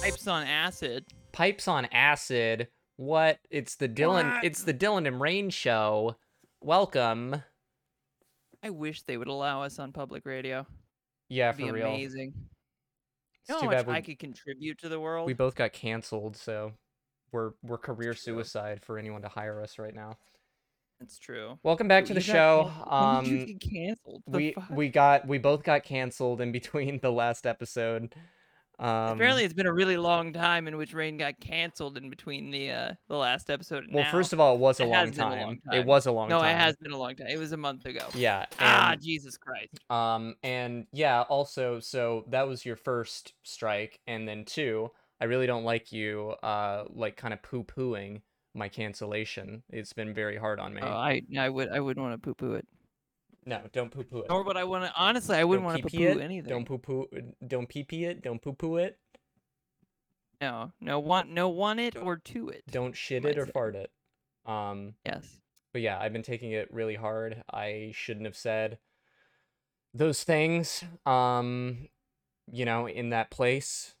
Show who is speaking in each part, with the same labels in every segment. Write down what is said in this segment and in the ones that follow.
Speaker 1: Pipes on acid.
Speaker 2: Pipes on acid. What? It's the Dylan.
Speaker 1: What?
Speaker 2: It's the Dylan and Rain show. Welcome.
Speaker 1: I wish they would allow us on public radio.
Speaker 2: Yeah,
Speaker 1: That'd
Speaker 2: for
Speaker 1: be
Speaker 2: real.
Speaker 1: amazing.
Speaker 2: It's
Speaker 1: You know
Speaker 2: too
Speaker 1: how much
Speaker 2: bad we,
Speaker 1: I could contribute to the world.
Speaker 2: we both got canceled, so we're we're career
Speaker 1: true.
Speaker 2: suicide for anyone to hire us right now.
Speaker 1: That's true.
Speaker 2: Welcome back
Speaker 1: Dude,
Speaker 2: to the
Speaker 1: you got
Speaker 2: show.
Speaker 1: can- when did
Speaker 2: Um,
Speaker 1: you get canceled? The
Speaker 2: we
Speaker 1: fuck?
Speaker 2: we got we both got canceled in between the last episode. Um,
Speaker 1: Apparently, it's been a really long time in which Rain got canceled in between the uh the last episode. And
Speaker 2: well,
Speaker 1: now.
Speaker 2: first of all, it was a
Speaker 1: it
Speaker 2: long,
Speaker 1: has been a
Speaker 2: time.
Speaker 1: long
Speaker 2: It
Speaker 1: time.
Speaker 2: was a long
Speaker 1: no,
Speaker 2: time.
Speaker 1: it has been a long time. It was a month ago.
Speaker 2: Yeah.
Speaker 1: Ah,
Speaker 2: and-
Speaker 1: Jesus Christ!
Speaker 2: Um, and yeah, also, so that was your first strike, and then two, I really don't like you, uh, like kind of poo pooing my cancellation. It's been very hard on me.
Speaker 1: Oh, I I would I wouldn't want to poo poo it.
Speaker 2: no, don't poo poo it.
Speaker 1: Nor would I want to. Honestly, I wouldn't
Speaker 2: Don't
Speaker 1: want to poo
Speaker 2: pee-pee
Speaker 1: poo
Speaker 2: it,
Speaker 1: anything.
Speaker 2: Don't poo poo. Don't pee pee it. Don't poo poo it.
Speaker 1: No, no want no want it or to it.
Speaker 2: Don't shit
Speaker 1: might
Speaker 2: it or
Speaker 1: say.
Speaker 2: fart it. Um,
Speaker 1: Yes.
Speaker 2: but yeah, I've been taking it really hard. I shouldn't have said those things. Um, you know, in that place,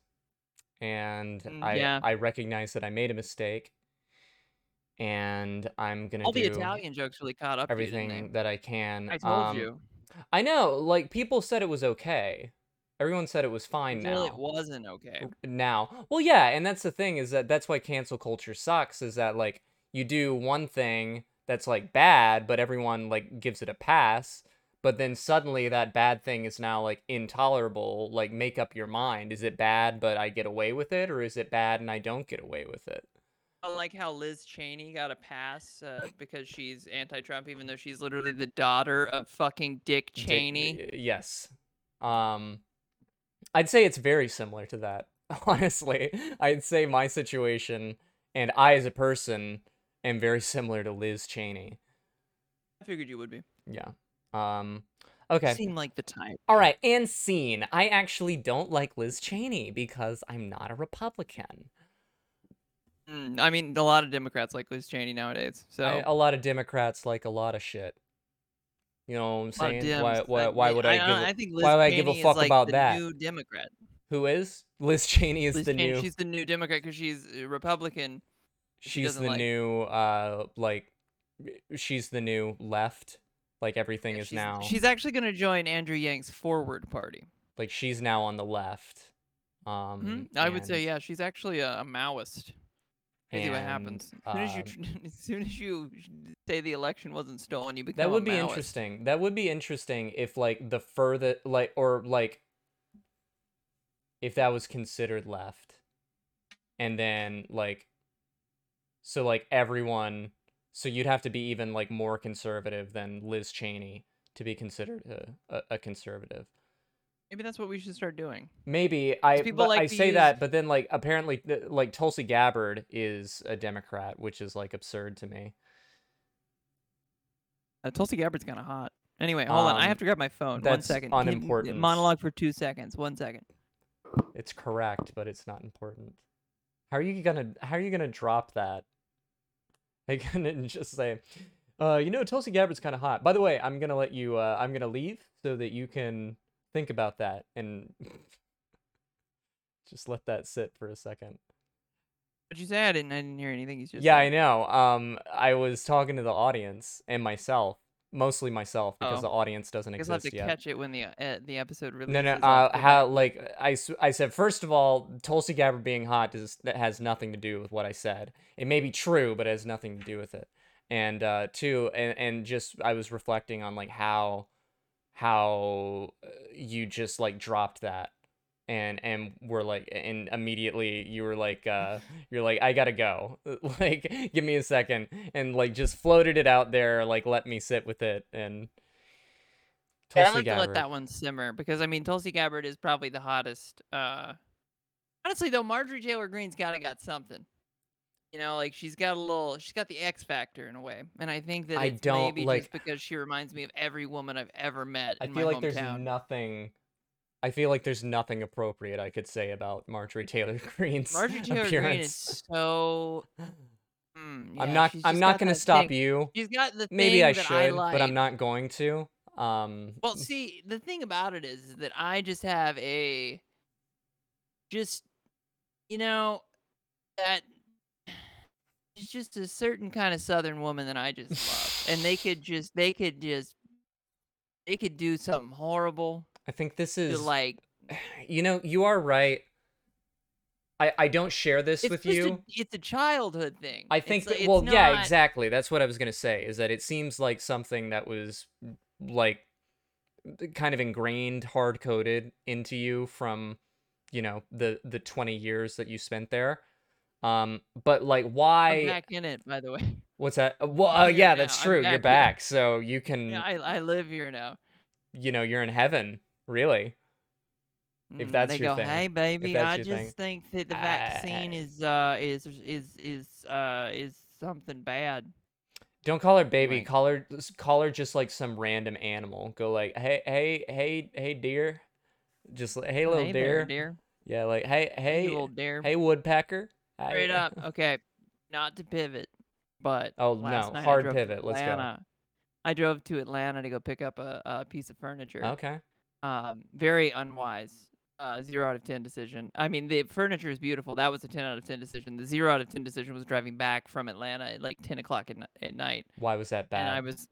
Speaker 2: and
Speaker 1: Mm,
Speaker 2: I
Speaker 1: yeah.
Speaker 2: I recognize that I made a mistake, and I'm gonna
Speaker 1: All
Speaker 2: do
Speaker 1: the Italian jokes really caught up. to you, didn't they?
Speaker 2: everything that I can.
Speaker 1: I told
Speaker 2: Um,
Speaker 1: you.
Speaker 2: I know, like people said it was okay. Everyone said it was fine
Speaker 1: Until
Speaker 2: now
Speaker 1: it wasn't okay.
Speaker 2: now. Well, yeah, and that's the thing is that that's why cancel culture sucks is that like you do one thing that's like bad, but everyone like gives it a pass, but then suddenly that bad thing is now like intolerable. Like make up your mind. Is it bad but I get away with it or is it bad and I don't get away with it?
Speaker 1: I like how Liz Cheney got a pass uh, because she's anti-Trump, even though she's literally the daughter of fucking Dick
Speaker 2: Dick-
Speaker 1: Cheney.
Speaker 2: y- yes. Um I'd say it's very similar to that. Honestly, I'd say my situation and I as a person am very similar to Liz Cheney.
Speaker 1: I figured you would be.
Speaker 2: Yeah. Um.
Speaker 1: You
Speaker 2: Okay.
Speaker 1: seem like the type.
Speaker 2: All right. And scene. I actually don't like Liz Cheney because I'm not a Republican.
Speaker 1: Mm, I mean, a lot of Democrats like Liz Cheney nowadays. So
Speaker 2: I- A lot of Democrats like a lot of shit. You know what I'm
Speaker 1: a lot of
Speaker 2: saying? Why?
Speaker 1: Dems
Speaker 2: Why,
Speaker 1: that-
Speaker 2: why
Speaker 1: yeah,
Speaker 2: would I,
Speaker 1: I,
Speaker 2: give?
Speaker 1: I
Speaker 2: a-
Speaker 1: think Liz
Speaker 2: why would I give
Speaker 1: Cheney
Speaker 2: a
Speaker 1: is
Speaker 2: fuck
Speaker 1: like
Speaker 2: about
Speaker 1: the
Speaker 2: that?
Speaker 1: New Democrat.
Speaker 2: who is Liz Cheney? Is
Speaker 1: Liz
Speaker 2: the
Speaker 1: Cheney,
Speaker 2: new?
Speaker 1: She's the new Democrat because she's a Republican. she
Speaker 2: She's
Speaker 1: doesn't
Speaker 2: the
Speaker 1: like.
Speaker 2: new. Uh, like, she's the new left. Like everything
Speaker 1: Yeah,
Speaker 2: is
Speaker 1: she's,
Speaker 2: now.
Speaker 1: She's actually going to join Andrew Yang's Forward Party.
Speaker 2: like she's now on the left. Um.
Speaker 1: Mhm. I would
Speaker 2: and-
Speaker 1: say, yeah, she's actually a, a Maoist. Crazy what
Speaker 2: and,
Speaker 1: happens. As soon as you,
Speaker 2: um,
Speaker 1: tr- as soon as you sh- say the election wasn't stolen, you become
Speaker 2: That
Speaker 1: a
Speaker 2: would be
Speaker 1: Maoist.
Speaker 2: interesting. That would be interesting if like the further like or like if that was considered left. And then like so like everyone so you'd have to be even like more conservative than Liz Cheney to be considered a, a, a conservative.
Speaker 1: Maybe that's what we should start doing.
Speaker 2: Maybe I
Speaker 1: people
Speaker 2: but
Speaker 1: like
Speaker 2: I
Speaker 1: to
Speaker 2: say
Speaker 1: use-
Speaker 2: that, but then like apparently th- like Tulsi Gabbard is a Democrat, which is like absurd to me.
Speaker 1: Uh, Tulsi Gabbard's kind of hot. Anyway, hold on. I
Speaker 2: Um,
Speaker 1: have to grab my phone. One
Speaker 2: that's
Speaker 1: second. Can-
Speaker 2: unimportance.
Speaker 1: Monologue for two seconds. One second.
Speaker 2: It's correct, but it's not important. How are you gonna how are you gonna drop that? I can just say, uh, you know, Tulsi Gabbard's kinda hot. By the way, I'm gonna let you uh, I'm gonna leave so that you can think about that and just let that sit for a second.
Speaker 1: What'd you say? I didn't. I didn't hear anything. You just
Speaker 2: yeah, I
Speaker 1: said.
Speaker 2: know. Um I was talking to the audience and myself, mostly myself, because
Speaker 1: Oh.
Speaker 2: the audience doesn't
Speaker 1: I guess I'll have
Speaker 2: exist
Speaker 1: to
Speaker 2: yet.
Speaker 1: catch it when the uh, uh, the episode releases.
Speaker 2: No, no.
Speaker 1: after
Speaker 2: Uh,
Speaker 1: the-
Speaker 2: how like I, s- I said first of all, Tulsi Gabbard being hot does that has nothing to do with what I said. It may be true, but it has nothing to do with it. And uh, two, and and just I was reflecting on like how how uh, you just like dropped that and and were like and immediately you were like uh you're like i gotta go like give me a second and like just floated it out there like let me sit with it and
Speaker 1: Yeah, I
Speaker 2: Tulsi
Speaker 1: like to let
Speaker 2: Gabbard.
Speaker 1: that one simmer because I mean Tulsi Gabbard is probably the hottest. Uh, honestly, though, Marjorie Taylor Greene's gotta got something. You know, like she's got a little, she's got the X factor in a way, and I think that
Speaker 2: I
Speaker 1: it's
Speaker 2: don't
Speaker 1: maybe
Speaker 2: like-
Speaker 1: just because she reminds me of every woman I've ever met
Speaker 2: I
Speaker 1: in my
Speaker 2: feel like there's
Speaker 1: hometown.
Speaker 2: nothing. I feel like there's nothing appropriate I could say about Marjorie Taylor Greene's
Speaker 1: Marjorie Taylor Greene
Speaker 2: appearance.
Speaker 1: is so. Mm,
Speaker 2: I'm
Speaker 1: yeah,
Speaker 2: not.
Speaker 1: she's
Speaker 2: I'm
Speaker 1: just
Speaker 2: not
Speaker 1: got
Speaker 2: going to
Speaker 1: that
Speaker 2: stop
Speaker 1: thing-
Speaker 2: you.
Speaker 1: She's got the
Speaker 2: Maybe
Speaker 1: thing
Speaker 2: I
Speaker 1: that
Speaker 2: should,
Speaker 1: I
Speaker 2: but
Speaker 1: like.
Speaker 2: I'm not going to. Um,
Speaker 1: Well, see, the thing about it is that I just have a just you know that it's just a certain kind of southern woman that I just love, and they could just they could just they could do something horrible
Speaker 2: I think this
Speaker 1: to
Speaker 2: is
Speaker 1: like
Speaker 2: you know you are right. I I don't share this
Speaker 1: it's
Speaker 2: with
Speaker 1: just
Speaker 2: you.
Speaker 1: A, it's a childhood thing.
Speaker 2: I
Speaker 1: It's
Speaker 2: think
Speaker 1: like-
Speaker 2: that, well,
Speaker 1: it's
Speaker 2: yeah,
Speaker 1: not-
Speaker 2: exactly. That's what I was gonna say. Is that it seems like something that was like kind of ingrained, hard coded into you from you know the the twenty years that you spent there. Um, but like,
Speaker 1: I'm
Speaker 2: why?
Speaker 1: back in it, by the way.
Speaker 2: What's that? Uh, Well,
Speaker 1: I'm
Speaker 2: uh,
Speaker 1: here
Speaker 2: yeah,
Speaker 1: now.
Speaker 2: that's
Speaker 1: I'm
Speaker 2: true.
Speaker 1: back
Speaker 2: You're
Speaker 1: here.
Speaker 2: back, so you can
Speaker 1: Yeah, I I live here now.
Speaker 2: you know you're in heaven, really. If
Speaker 1: Mm,
Speaker 2: that's
Speaker 1: they
Speaker 2: your
Speaker 1: go,
Speaker 2: thing,
Speaker 1: hey baby,
Speaker 2: that's
Speaker 1: I
Speaker 2: your thing. Ah.
Speaker 1: just think that the
Speaker 2: I-
Speaker 1: vaccine is uh is is is uh is something bad.
Speaker 2: Don't call her baby.
Speaker 1: Like-
Speaker 2: Call her s- call her just like some random animal. Go like, hey, hey, hey, hey, deer. Just like, hey, little
Speaker 1: Oh, hey
Speaker 2: dear.
Speaker 1: there, dear.
Speaker 2: Yeah, like hey,
Speaker 1: Hey,
Speaker 2: hey,
Speaker 1: little dear.
Speaker 2: hey, woodpecker. I-
Speaker 1: Straight up. Okay. Not to pivot, but
Speaker 2: Oh
Speaker 1: last
Speaker 2: no,
Speaker 1: night I
Speaker 2: hard
Speaker 1: drove
Speaker 2: pivot.
Speaker 1: to
Speaker 2: Let's go.
Speaker 1: Atlanta. I drove to Atlanta to go pick up a, a piece of furniture.
Speaker 2: Okay.
Speaker 1: Um, very unwise. Uh, zero out of ten decision. I mean, the furniture is beautiful. That was a ten out of ten decision. The zero out of ten decision was driving back from Atlanta at like ten o'clock at, ni- at night,
Speaker 2: Why was that
Speaker 1: and I
Speaker 2: bad?
Speaker 1: was,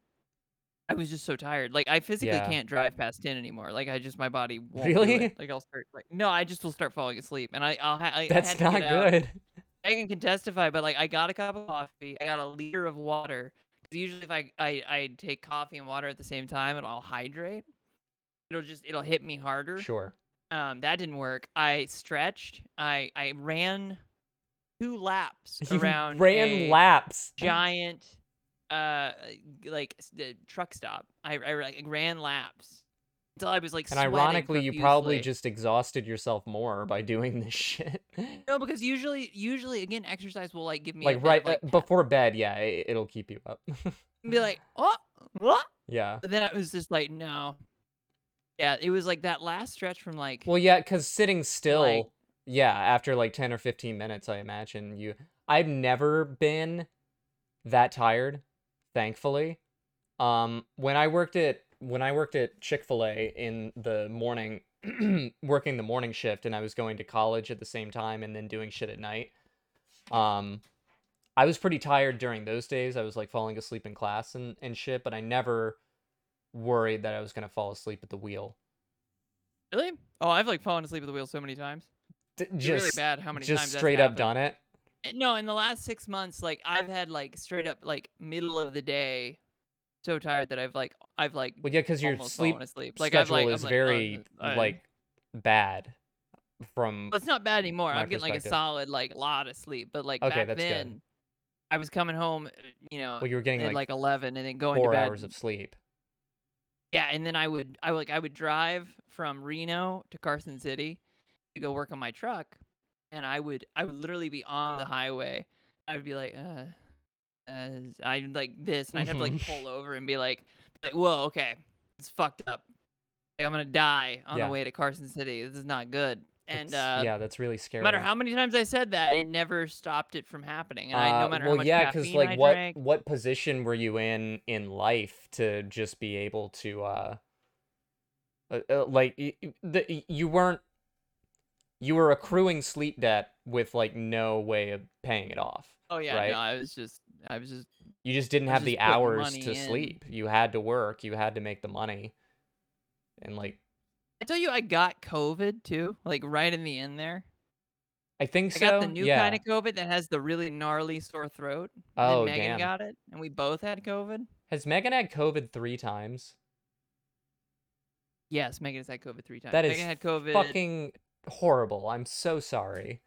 Speaker 1: I was just so tired. Like I physically
Speaker 2: Yeah.
Speaker 1: can't drive past ten anymore. Like I just my body won't do it.
Speaker 2: Really?
Speaker 1: Like I'll start like no, I just will start falling asleep, and I I'll ha- I had
Speaker 2: That's
Speaker 1: to get
Speaker 2: not
Speaker 1: out.
Speaker 2: good.
Speaker 1: Megan can testify, but like I got a cup of coffee, I got a liter of water. 'cause Usually, if I, I I take coffee and water at the same time, and I'll hydrate. It'll just it'll hit me harder.
Speaker 2: Sure.
Speaker 1: Um, that didn't work. I stretched. I I ran two laps
Speaker 2: You
Speaker 1: around
Speaker 2: ran
Speaker 1: a
Speaker 2: laps.
Speaker 1: giant, uh, g- like s- the truck stop. I I like, ran laps until I was like
Speaker 2: And
Speaker 1: sweating
Speaker 2: ironically, you probably
Speaker 1: profusely.
Speaker 2: just exhausted yourself more by doing this shit.
Speaker 1: no because usually usually again exercise will like give me a
Speaker 2: like
Speaker 1: bit
Speaker 2: right
Speaker 1: of, like
Speaker 2: uh,
Speaker 1: pep
Speaker 2: before bed, yeah, it, it'll keep you up.
Speaker 1: and be like oh what
Speaker 2: yeah.
Speaker 1: But then I was just like, no. Yeah, it was like that last stretch from like,
Speaker 2: Well, yeah, because sitting still, yeah, after like 10 or 15 minutes, I imagine you. I've never been that tired, thankfully. Um, when I worked at when I worked at Chick-fil-A in the morning, working the morning shift, and I was going to college at the same time and then doing shit at night. Um, I was pretty tired during those days. I was like falling asleep in class and, and shit, but I never worried that I was gonna fall asleep at the wheel.
Speaker 1: really? Oh, I've like fallen asleep at the wheel so many times.
Speaker 2: D-
Speaker 1: It's really
Speaker 2: just
Speaker 1: bad how many
Speaker 2: just
Speaker 1: times
Speaker 2: straight
Speaker 1: that's happened.
Speaker 2: up done it.
Speaker 1: And No, in the last six months, like I've had like straight up like middle of the day, so tired that I've like I've like
Speaker 2: Well, yeah, because your
Speaker 1: almost
Speaker 2: sleep
Speaker 1: fallen asleep. Like I've
Speaker 2: schedule
Speaker 1: like
Speaker 2: is
Speaker 1: I'm like, oh,
Speaker 2: very
Speaker 1: I-
Speaker 2: like bad. From
Speaker 1: Well, it's not bad anymore.
Speaker 2: my
Speaker 1: I'm getting like a
Speaker 2: perspective.
Speaker 1: solid like lot of sleep, but like
Speaker 2: Okay,
Speaker 1: back
Speaker 2: that's good.
Speaker 1: then, I was coming home, uh, you know,
Speaker 2: well, you were getting
Speaker 1: at
Speaker 2: like,
Speaker 1: like eleven, and then going to
Speaker 2: four
Speaker 1: bed
Speaker 2: hours of sleep.
Speaker 1: Yeah, and then I would I would- like I would drive from Reno to Carson City to go work on my truck, and I would I would literally be on the highway. I would be like, uh, uh I like this, and I'd have to like
Speaker 2: Mhm.
Speaker 1: pull over and be like, like whoa, okay, it's fucked up. Like I'm gonna die on
Speaker 2: Yeah.
Speaker 1: the way to Carson City. This is not good. And
Speaker 2: That's-
Speaker 1: uh,
Speaker 2: yeah, that's really
Speaker 1: no
Speaker 2: scary.
Speaker 1: matter how many times I said that, it never stopped it from happening. And I, no
Speaker 2: Uh,
Speaker 1: matter
Speaker 2: well,
Speaker 1: how much
Speaker 2: yeah, because
Speaker 1: caffeine
Speaker 2: like,
Speaker 1: I
Speaker 2: what
Speaker 1: drank,
Speaker 2: what position were you in in life to just be able to, uh, uh, uh, like, y- y- the, y- you weren't you were accruing sleep debt with like no way of paying it off,
Speaker 1: oh yeah,
Speaker 2: right?
Speaker 1: no, I was just I was just
Speaker 2: you just didn't
Speaker 1: I was
Speaker 2: have the
Speaker 1: just putting
Speaker 2: hours
Speaker 1: money
Speaker 2: to
Speaker 1: in.
Speaker 2: sleep. You had to work. You had to make the money, and like
Speaker 1: I tell you, I got COVID too, like right in the end there.
Speaker 2: I think
Speaker 1: I
Speaker 2: so.
Speaker 1: got the new
Speaker 2: yeah.
Speaker 1: kind of COVID that has the really gnarly sore throat. and
Speaker 2: oh
Speaker 1: then Megan
Speaker 2: damn.
Speaker 1: got it, and we both had COVID.
Speaker 2: Has Megan had COVID three times?
Speaker 1: Yes, Megan has had COVID three times.
Speaker 2: That is
Speaker 1: Megan had COVID.
Speaker 2: fucking horrible. I'm so sorry.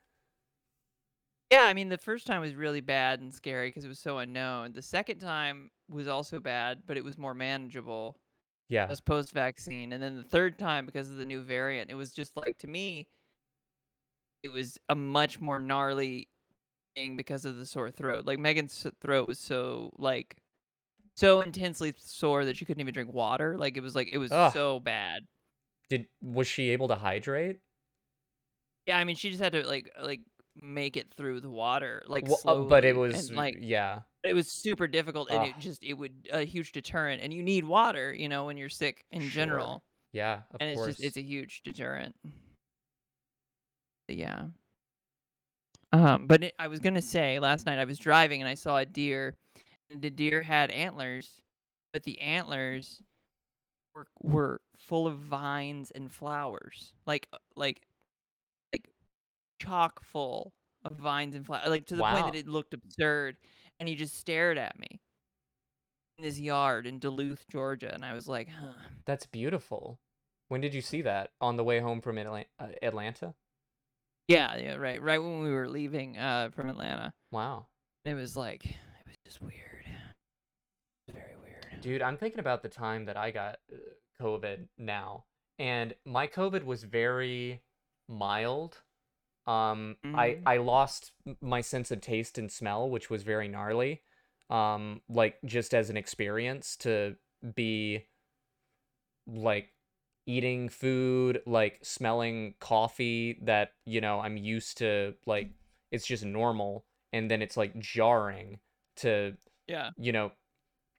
Speaker 1: Yeah, I mean, the first time was really bad and scary because it was so unknown. The second time was also bad, but it was more manageable.
Speaker 2: Yeah.
Speaker 1: That was post vaccine. And then the third time, because of the new variant, it was just like, to me, it was a much more gnarly thing because of the sore throat. Like Megan's s- throat was so, like, so intensely sore that she couldn't even drink water. Like, it was like, it was
Speaker 2: Ugh.
Speaker 1: so bad.
Speaker 2: Did was she able to hydrate?
Speaker 1: Yeah, I mean, she just had to, like, like, make it through the water like
Speaker 2: Wha- uh, but it
Speaker 1: slowly
Speaker 2: was
Speaker 1: and like
Speaker 2: yeah.
Speaker 1: it was super difficult and it
Speaker 2: Ugh.
Speaker 1: just it would a huge deterrent and you need water you know when you're sick in
Speaker 2: Sure.
Speaker 1: general
Speaker 2: Yeah, of
Speaker 1: and it's
Speaker 2: course.
Speaker 1: just it's a huge deterrent But yeah
Speaker 2: Uh-huh.
Speaker 1: Um, but it, I was gonna say last night I was driving and I saw a deer, and the deer had antlers, but the antlers were were full of vines and flowers, like uh, like like chock full of vines and flowers, like to the point
Speaker 2: Wow.
Speaker 1: that it looked absurd. And he just stared at me in his yard in Duluth, Georgia, and I was like, huh.
Speaker 2: That's beautiful. When did you see that? On the way home from Atla- uh, Atlanta?
Speaker 1: Yeah, yeah, right, right when we were leaving uh, from Atlanta.
Speaker 2: Wow.
Speaker 1: It was like it was just weird. Very weird.
Speaker 2: Dude, I'm thinking about the time that I got uh, COVID now, and my COVID was very mild. Um, I
Speaker 1: Mhm.
Speaker 2: I lost m- my sense of taste and smell, which was very gnarly. Um, like just as an experience to be like eating food, like smelling coffee that, you know, I'm used to like it's just normal, and then it's like jarring to
Speaker 1: Yeah.
Speaker 2: you know,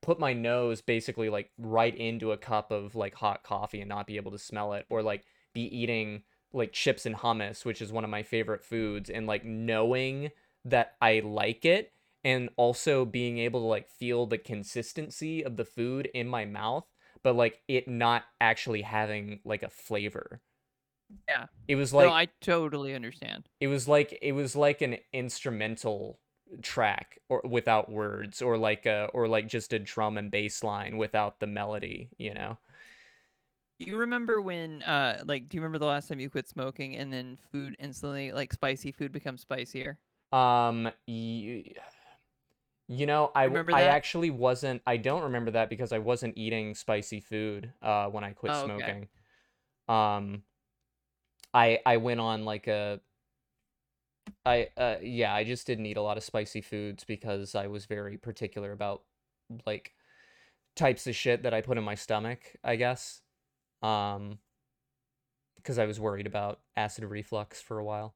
Speaker 2: put my nose basically like right into a cup of like hot coffee and not be able to smell it, or like be eating like chips and hummus, which is one of my favorite foods, and like knowing that I like it and also being able to like feel the consistency of the food in my mouth, but like it not actually having like a flavor.
Speaker 1: Yeah.
Speaker 2: It was like
Speaker 1: no, I totally understand.
Speaker 2: it was like it was like an instrumental track or without words or like a or like just a drum and bass line without the melody you know
Speaker 1: Do you remember when uh like do you remember the last time you quit smoking and then food instantly like spicy food becomes spicier?
Speaker 2: um you, you know i w-
Speaker 1: Remember
Speaker 2: i
Speaker 1: that?
Speaker 2: actually wasn't i don't remember that because i wasn't eating spicy food uh when i quit
Speaker 1: Oh, okay.
Speaker 2: smoking um i i went on like a I uh yeah, I just didn't eat a lot of spicy foods because I was very particular about like types of shit that I put in my stomach, I guess. Um because I was worried about acid reflux for a while.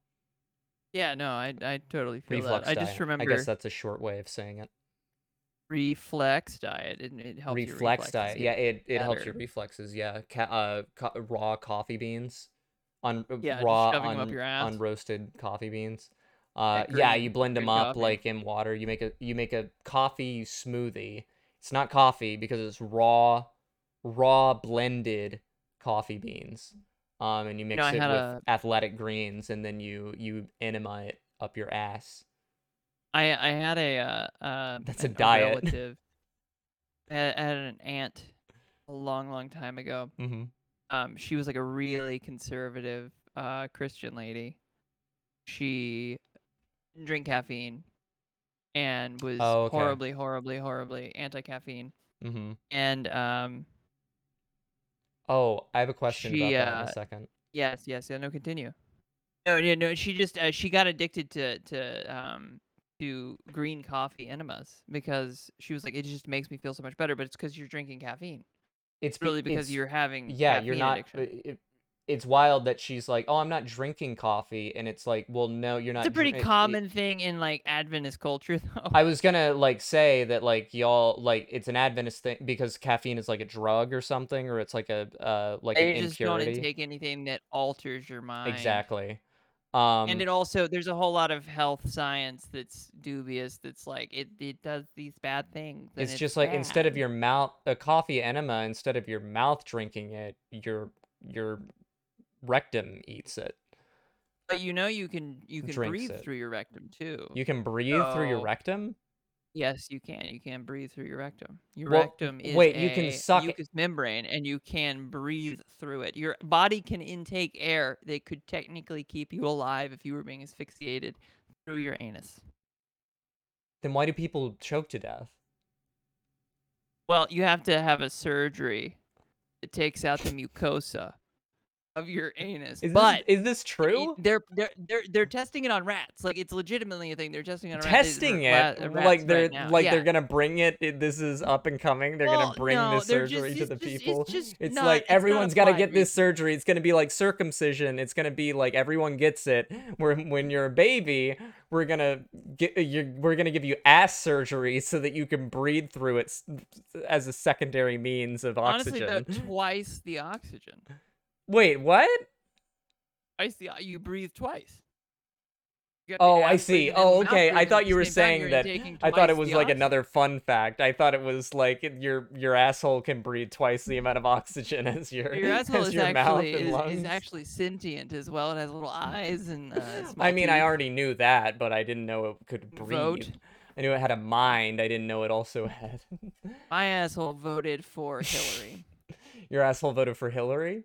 Speaker 1: Yeah, no, I I totally feel
Speaker 2: Reflux
Speaker 1: that. I
Speaker 2: diet.
Speaker 1: just
Speaker 2: I
Speaker 1: remember
Speaker 2: guess that's a short way of saying it.
Speaker 1: reflex diet and it helps your
Speaker 2: Reflex
Speaker 1: reflexes
Speaker 2: diet.
Speaker 1: get
Speaker 2: Yeah, it it helps
Speaker 1: better.
Speaker 2: your reflexes. Yeah. Ca- uh co- raw coffee beans on uh,
Speaker 1: Yeah, just
Speaker 2: raw
Speaker 1: shoving 'em up
Speaker 2: on
Speaker 1: your ass.
Speaker 2: unroasted coffee beans. Uh yeah,
Speaker 1: green
Speaker 2: you blend them
Speaker 1: green
Speaker 2: up
Speaker 1: coffee.
Speaker 2: like in water. You make a you make a coffee smoothie. It's not coffee because it's raw raw blended coffee beans. Um and you
Speaker 1: You know, I
Speaker 2: mix it
Speaker 1: had
Speaker 2: with
Speaker 1: a
Speaker 2: athletic greens and then you you enema it up your ass.
Speaker 1: I I had a uh um
Speaker 2: That's a
Speaker 1: an, a
Speaker 2: diet.
Speaker 1: relative I had I had an aunt a long, long time ago.
Speaker 2: hmm
Speaker 1: um, she was like a really conservative uh, Christian lady. She didn't drink caffeine and was
Speaker 2: Oh, okay.
Speaker 1: horribly, horribly, horribly anti caffeine.
Speaker 2: Mhm.
Speaker 1: And um,
Speaker 2: Oh, I have a question
Speaker 1: she,
Speaker 2: about that in a
Speaker 1: uh,
Speaker 2: second.
Speaker 1: yes, yes, yeah, no, continue. No, yeah, no, she just uh, she got addicted to to um to green coffee enemas because she was like it just makes me feel so much better, but it's because you're drinking caffeine.
Speaker 2: It's
Speaker 1: It's really
Speaker 2: be-
Speaker 1: because
Speaker 2: it's
Speaker 1: you're having
Speaker 2: yeah you're
Speaker 1: caffeine
Speaker 2: not
Speaker 1: addiction.
Speaker 2: it, it- it's wild that she's like oh i'm not drinking coffee and it's like well no you're
Speaker 1: It's a
Speaker 2: not
Speaker 1: pretty
Speaker 2: drinking
Speaker 1: common thing in like Adventist culture, though.
Speaker 2: i was gonna like say that like y'all like it's an adventist thing because caffeine is like a drug or something or it's like a uh like an
Speaker 1: they just don't
Speaker 2: impurity
Speaker 1: intake anything that alters your mind
Speaker 2: exactly
Speaker 1: and
Speaker 2: um
Speaker 1: it also there's a whole lot of health science that's dubious that's like it, it does these bad things and
Speaker 2: it's
Speaker 1: it's
Speaker 2: just like instead of
Speaker 1: bad
Speaker 2: your mouth a coffee enema instead of your mouth drinking it your your rectum eats it
Speaker 1: but you know you can you can
Speaker 2: drinks
Speaker 1: breathe
Speaker 2: it
Speaker 1: through your rectum too
Speaker 2: you can breathe through your
Speaker 1: so
Speaker 2: rectum
Speaker 1: yes you can you can breathe through your rectum your
Speaker 2: well
Speaker 1: rectum is
Speaker 2: wait you can
Speaker 1: a
Speaker 2: suck
Speaker 1: mucous membrane and you can breathe through it your body can intake air that could technically keep you alive if you were being asphyxiated through your anus
Speaker 2: then why do people choke to death?
Speaker 1: Well, you have to have a surgery that takes out the mucosa of your anus.
Speaker 2: Is this
Speaker 1: But
Speaker 2: is this
Speaker 1: it,
Speaker 2: true?
Speaker 1: they're they're they're they're testing it on rats. Like it's legitimately a thing. They're testing it on rats. They're
Speaker 2: Testing it
Speaker 1: cla- uh,
Speaker 2: like
Speaker 1: rats right
Speaker 2: they're
Speaker 1: now.
Speaker 2: like
Speaker 1: Yeah.
Speaker 2: they're gonna bring it. it- This is up and coming. They're gonna
Speaker 1: Well,
Speaker 2: bring
Speaker 1: no,
Speaker 2: this
Speaker 1: they're just
Speaker 2: surgery to
Speaker 1: it's
Speaker 2: the
Speaker 1: just it's
Speaker 2: people.
Speaker 1: just
Speaker 2: It's
Speaker 1: not
Speaker 2: like
Speaker 1: it's not
Speaker 2: everyone's gotta
Speaker 1: applied
Speaker 2: get this
Speaker 1: research.
Speaker 2: surgery. It's gonna be like circumcision. It's gonna be like everyone gets it. Where when you're a baby, we're gonna get you. We're gonna give you ass surgery so that you can breathe through it s- as a secondary means of
Speaker 1: Honestly, though,
Speaker 2: oxygen.
Speaker 1: twice the oxygen.
Speaker 2: Wait, what?
Speaker 1: Twice the o- you breathe twice. you got the
Speaker 2: Oh, I
Speaker 1: aspirin
Speaker 2: see.
Speaker 1: and then the
Speaker 2: Oh, okay. I
Speaker 1: mouthfeel,
Speaker 2: thought
Speaker 1: at
Speaker 2: you
Speaker 1: the
Speaker 2: were
Speaker 1: same time
Speaker 2: saying
Speaker 1: you're
Speaker 2: that.
Speaker 1: taking
Speaker 2: I thought it
Speaker 1: twice
Speaker 2: was
Speaker 1: the
Speaker 2: like
Speaker 1: oxygen.
Speaker 2: another fun fact. I thought it was like it- your your asshole can breathe twice the amount of oxygen as your
Speaker 1: Your asshole
Speaker 2: as
Speaker 1: is
Speaker 2: your mouth
Speaker 1: actually
Speaker 2: and lungs.
Speaker 1: is, is actually sentient as well. It has little eyes and uh, small
Speaker 2: I mean, I
Speaker 1: teeth.
Speaker 2: already knew that, but I didn't know it could breathe.
Speaker 1: Vote.
Speaker 2: I knew it had a mind. I didn't know it also had.
Speaker 1: My asshole voted for Hillary.
Speaker 2: your asshole voted for Hillary.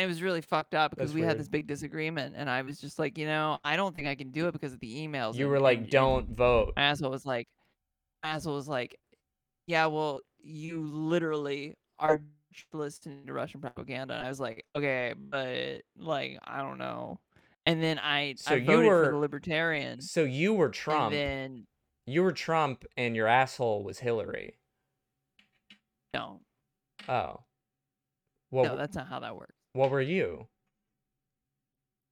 Speaker 1: And it was really fucked up because
Speaker 2: That's
Speaker 1: we had
Speaker 2: weird.
Speaker 1: this big disagreement, and I was just like, you know, I don't think I can do it because of the emails.
Speaker 2: You
Speaker 1: and-
Speaker 2: were
Speaker 1: and-
Speaker 2: like,
Speaker 1: and
Speaker 2: "Don't vote."
Speaker 1: My asshole was like, my asshole was like, yeah, well, you literally are just listening to Russian propaganda. And I was like, okay, but like, I don't know. And then I,
Speaker 2: So
Speaker 1: I
Speaker 2: you
Speaker 1: voted for the
Speaker 2: were
Speaker 1: libertarian.
Speaker 2: So you were Trump.
Speaker 1: And then
Speaker 2: You were Trump, and your asshole was Hillary.
Speaker 1: no,
Speaker 2: Oh. What
Speaker 1: no,
Speaker 2: w-
Speaker 1: that's not how that works.
Speaker 2: what were you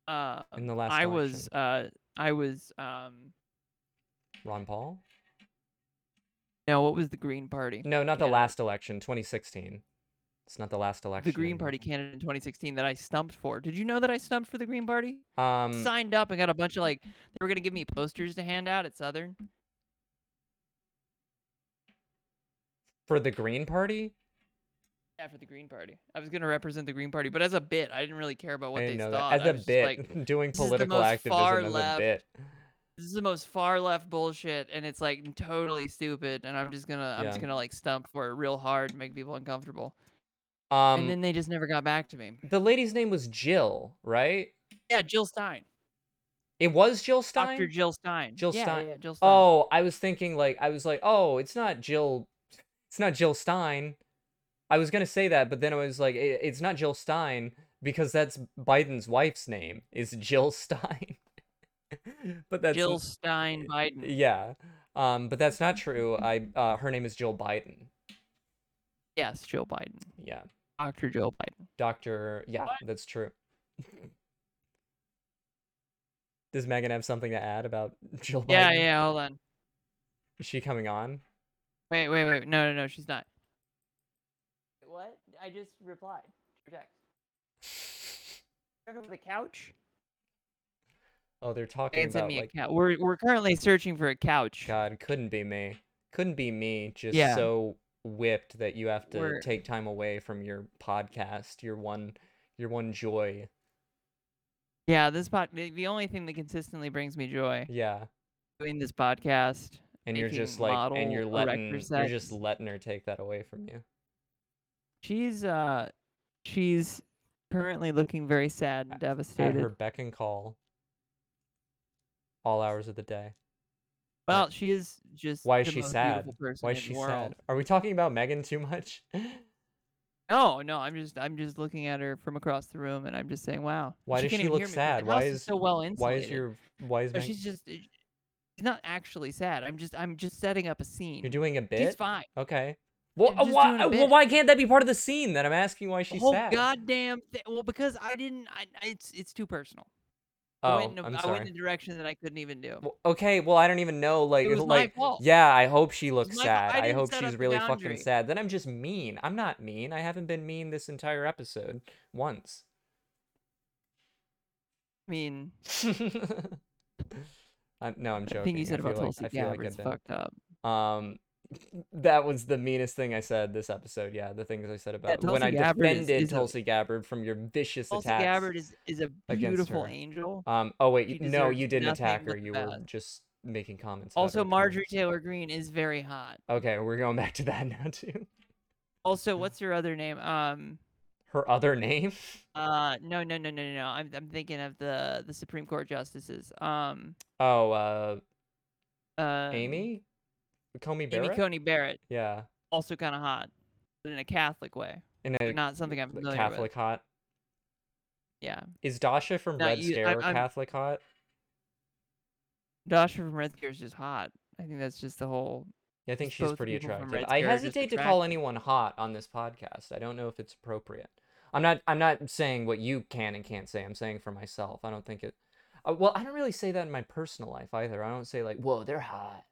Speaker 1: Uh,
Speaker 2: in the last?
Speaker 1: I
Speaker 2: election?
Speaker 1: was, uh, I was, um,
Speaker 2: Ron Paul.
Speaker 1: no, what was the Green Party?
Speaker 2: No, not the
Speaker 1: Yeah.
Speaker 2: last election, 2016. It's not the last election.
Speaker 1: the Green Party candidate in 2016 that I stumped for. Did you know that I stumped for the Green Party?
Speaker 2: Um,
Speaker 1: Signed up and got a bunch of like they were gonna give me posters to hand out at Southern.
Speaker 2: for the Green Party.
Speaker 1: Yeah, for the Green Party. I was gonna represent the Green Party, but as a bit, I didn't really care about what they
Speaker 2: I didn't know
Speaker 1: thought.
Speaker 2: that.
Speaker 1: I
Speaker 2: As
Speaker 1: was
Speaker 2: a
Speaker 1: just
Speaker 2: bit,
Speaker 1: like,
Speaker 2: doing
Speaker 1: "This is the
Speaker 2: political
Speaker 1: most far
Speaker 2: activism as
Speaker 1: left
Speaker 2: a bit.
Speaker 1: this is the most far left bullshit, and it's like totally stupid. And I'm just gonna, I'm just
Speaker 2: Yeah.
Speaker 1: gonna like stump for it real hard, and make people uncomfortable.
Speaker 2: Um,
Speaker 1: and then they just never got back to me.
Speaker 2: the lady's name was Jill, right?
Speaker 1: Yeah, Jill Stein,
Speaker 2: It was Jill Stein.
Speaker 1: Doctor Jill Stein.
Speaker 2: Jill
Speaker 1: yeah, yeah,
Speaker 2: Stein.
Speaker 1: Yeah, Jill Stein.
Speaker 2: oh, I was thinking like I was like, oh, it's not Jill. It's not Jill Stein. I was gonna say that, but then I was like, "I- it's not Jill Stein because that's Biden's wife's name is Jill Stein. but that's
Speaker 1: Jill Stein Biden.
Speaker 2: Yeah. Um, but that's not true. I uh, her name is Jill Biden.
Speaker 1: Yes, Joe Biden.
Speaker 2: Yeah.
Speaker 1: Dr. Joe Biden.
Speaker 2: Doctor yeah,
Speaker 1: What?
Speaker 2: that's true. Does Megan have something to add about Jill Biden?
Speaker 1: Yeah, yeah, hold on.
Speaker 2: Is she coming on?
Speaker 1: Wait, wait, wait. No, no, no, she's not. What? I just replied. to your text. Talking about the couch?
Speaker 2: Oh, they're talking
Speaker 1: Megan sent
Speaker 2: about
Speaker 1: me
Speaker 2: like
Speaker 1: a couch. We're, we're currently searching for a couch.
Speaker 2: God, couldn't be me. Couldn't be me just
Speaker 1: Yeah.
Speaker 2: so whipped that you have to
Speaker 1: We're-
Speaker 2: take time away from your podcast, your one your one joy.
Speaker 1: Yeah, this pod. The the only thing that consistently brings me joy
Speaker 2: Yeah.
Speaker 1: doing this podcast.
Speaker 2: And you're just
Speaker 1: Making
Speaker 2: like and
Speaker 1: model
Speaker 2: you're letting
Speaker 1: erector
Speaker 2: you're just
Speaker 1: sets.
Speaker 2: letting her take that away from you.
Speaker 1: She's uh, she's currently looking very sad
Speaker 2: Uh-huh.
Speaker 1: and
Speaker 2: at
Speaker 1: devastated.
Speaker 2: her beck and call all hours of the day.
Speaker 1: Well, she is just.
Speaker 2: Why is
Speaker 1: the
Speaker 2: she
Speaker 1: most
Speaker 2: sad?
Speaker 1: beautiful person
Speaker 2: Why is
Speaker 1: in the
Speaker 2: she
Speaker 1: world.
Speaker 2: sad? Are we talking about Megan too much?
Speaker 1: No, no, I'm just I'm just looking at her from across the room, and I'm just saying, wow.
Speaker 2: Why does
Speaker 1: can't
Speaker 2: she
Speaker 1: even
Speaker 2: look
Speaker 1: hear me 'cause
Speaker 2: sad?
Speaker 1: The
Speaker 2: Why
Speaker 1: house
Speaker 2: is-
Speaker 1: so well
Speaker 2: why
Speaker 1: insulated?
Speaker 2: is your why is
Speaker 1: No,
Speaker 2: Megan
Speaker 1: she's just eh, she's not actually sad. I'm just I'm just setting up a scene.
Speaker 2: You're doing a
Speaker 1: she's
Speaker 2: bit?
Speaker 1: fine.
Speaker 2: Okay. Well,
Speaker 1: I'm
Speaker 2: uh,
Speaker 1: just
Speaker 2: why,
Speaker 1: doing a
Speaker 2: uh, well,
Speaker 1: bit.
Speaker 2: why can't that be part of the scene that I'm asking why
Speaker 1: The
Speaker 2: she's
Speaker 1: whole
Speaker 2: sad?
Speaker 1: goddamn thing. Well, because I didn't. I I- it's it's too personal. I
Speaker 2: oh,
Speaker 1: went in a,
Speaker 2: I'm
Speaker 1: I went
Speaker 2: sorry.
Speaker 1: in a direction that I couldn't even do.
Speaker 2: Well, okay, well, I don't even know. Like,
Speaker 1: It was my
Speaker 2: like,
Speaker 1: fault.
Speaker 2: yeah, I hope she
Speaker 1: was
Speaker 2: looks
Speaker 1: my fault.
Speaker 2: sad.
Speaker 1: I
Speaker 2: I,
Speaker 1: didn't
Speaker 2: hope
Speaker 1: set up
Speaker 2: she's
Speaker 1: the
Speaker 2: really fucking
Speaker 1: boundary.
Speaker 2: sad. Then I'm just mean. I'm not mean. I haven't been mean this entire episode once.
Speaker 1: I mean,
Speaker 2: I, no, I'm joking.
Speaker 1: the thing you said
Speaker 2: I feel
Speaker 1: about
Speaker 2: like,
Speaker 1: Tulsi
Speaker 2: I feel like
Speaker 1: Gabbard's
Speaker 2: I've been-
Speaker 1: fucked up.
Speaker 2: Um, that was the meanest thing I said this episode. Yeah, the things I said about when
Speaker 1: Tulsi
Speaker 2: I
Speaker 1: Gabbard is-
Speaker 2: defended
Speaker 1: is a-
Speaker 2: Tulsi Gabbard from your vicious
Speaker 1: Tulsi
Speaker 2: attacks.
Speaker 1: Gabbard is is a
Speaker 2: against
Speaker 1: beautiful
Speaker 2: her.
Speaker 1: angel.
Speaker 2: Um. Oh wait,
Speaker 1: She
Speaker 2: y- no,
Speaker 1: deserves
Speaker 2: you didn't
Speaker 1: nothing
Speaker 2: attack
Speaker 1: but
Speaker 2: her.
Speaker 1: the
Speaker 2: You were
Speaker 1: best.
Speaker 2: just making comments. about her
Speaker 1: Also, Marjorie
Speaker 2: appearance.
Speaker 1: Taylor Greene is very hot.
Speaker 2: Okay, we're going back to that now too. Mm.
Speaker 1: Also, what's her other name? Um,
Speaker 2: Her other name.
Speaker 1: uh, no, no, no, no, no. no. I'm I'm thinking of the the Supreme Court justices. Um,
Speaker 2: Oh, uh,
Speaker 1: uh,
Speaker 2: Amy. Comey
Speaker 1: Amy
Speaker 2: Barrett.
Speaker 1: Coney Barrett,
Speaker 2: yeah,
Speaker 1: also kind of hot, but in a Catholic way,
Speaker 2: in a
Speaker 1: but not something I'm familiar with.
Speaker 2: Catholic hot.
Speaker 1: Yeah,
Speaker 2: Is Dasha from
Speaker 1: No,
Speaker 2: Red
Speaker 1: you- I-
Speaker 2: Scare
Speaker 1: I'm-
Speaker 2: Catholic hot?
Speaker 1: Dasha from Red Scare is just hot. I think that's just the whole.
Speaker 2: Yeah, I think
Speaker 1: Just
Speaker 2: she's
Speaker 1: both
Speaker 2: pretty
Speaker 1: people from
Speaker 2: attractive.
Speaker 1: Red
Speaker 2: I
Speaker 1: Scare are just
Speaker 2: hesitate to call
Speaker 1: attractive.
Speaker 2: anyone hot on this podcast. I don't know if it's appropriate. I'm not. I'm not saying what you can and can't say. I'm saying for myself. I don't think it. Uh, well, I don't really say that in my personal life either. I don't say like, "Whoa, they're hot."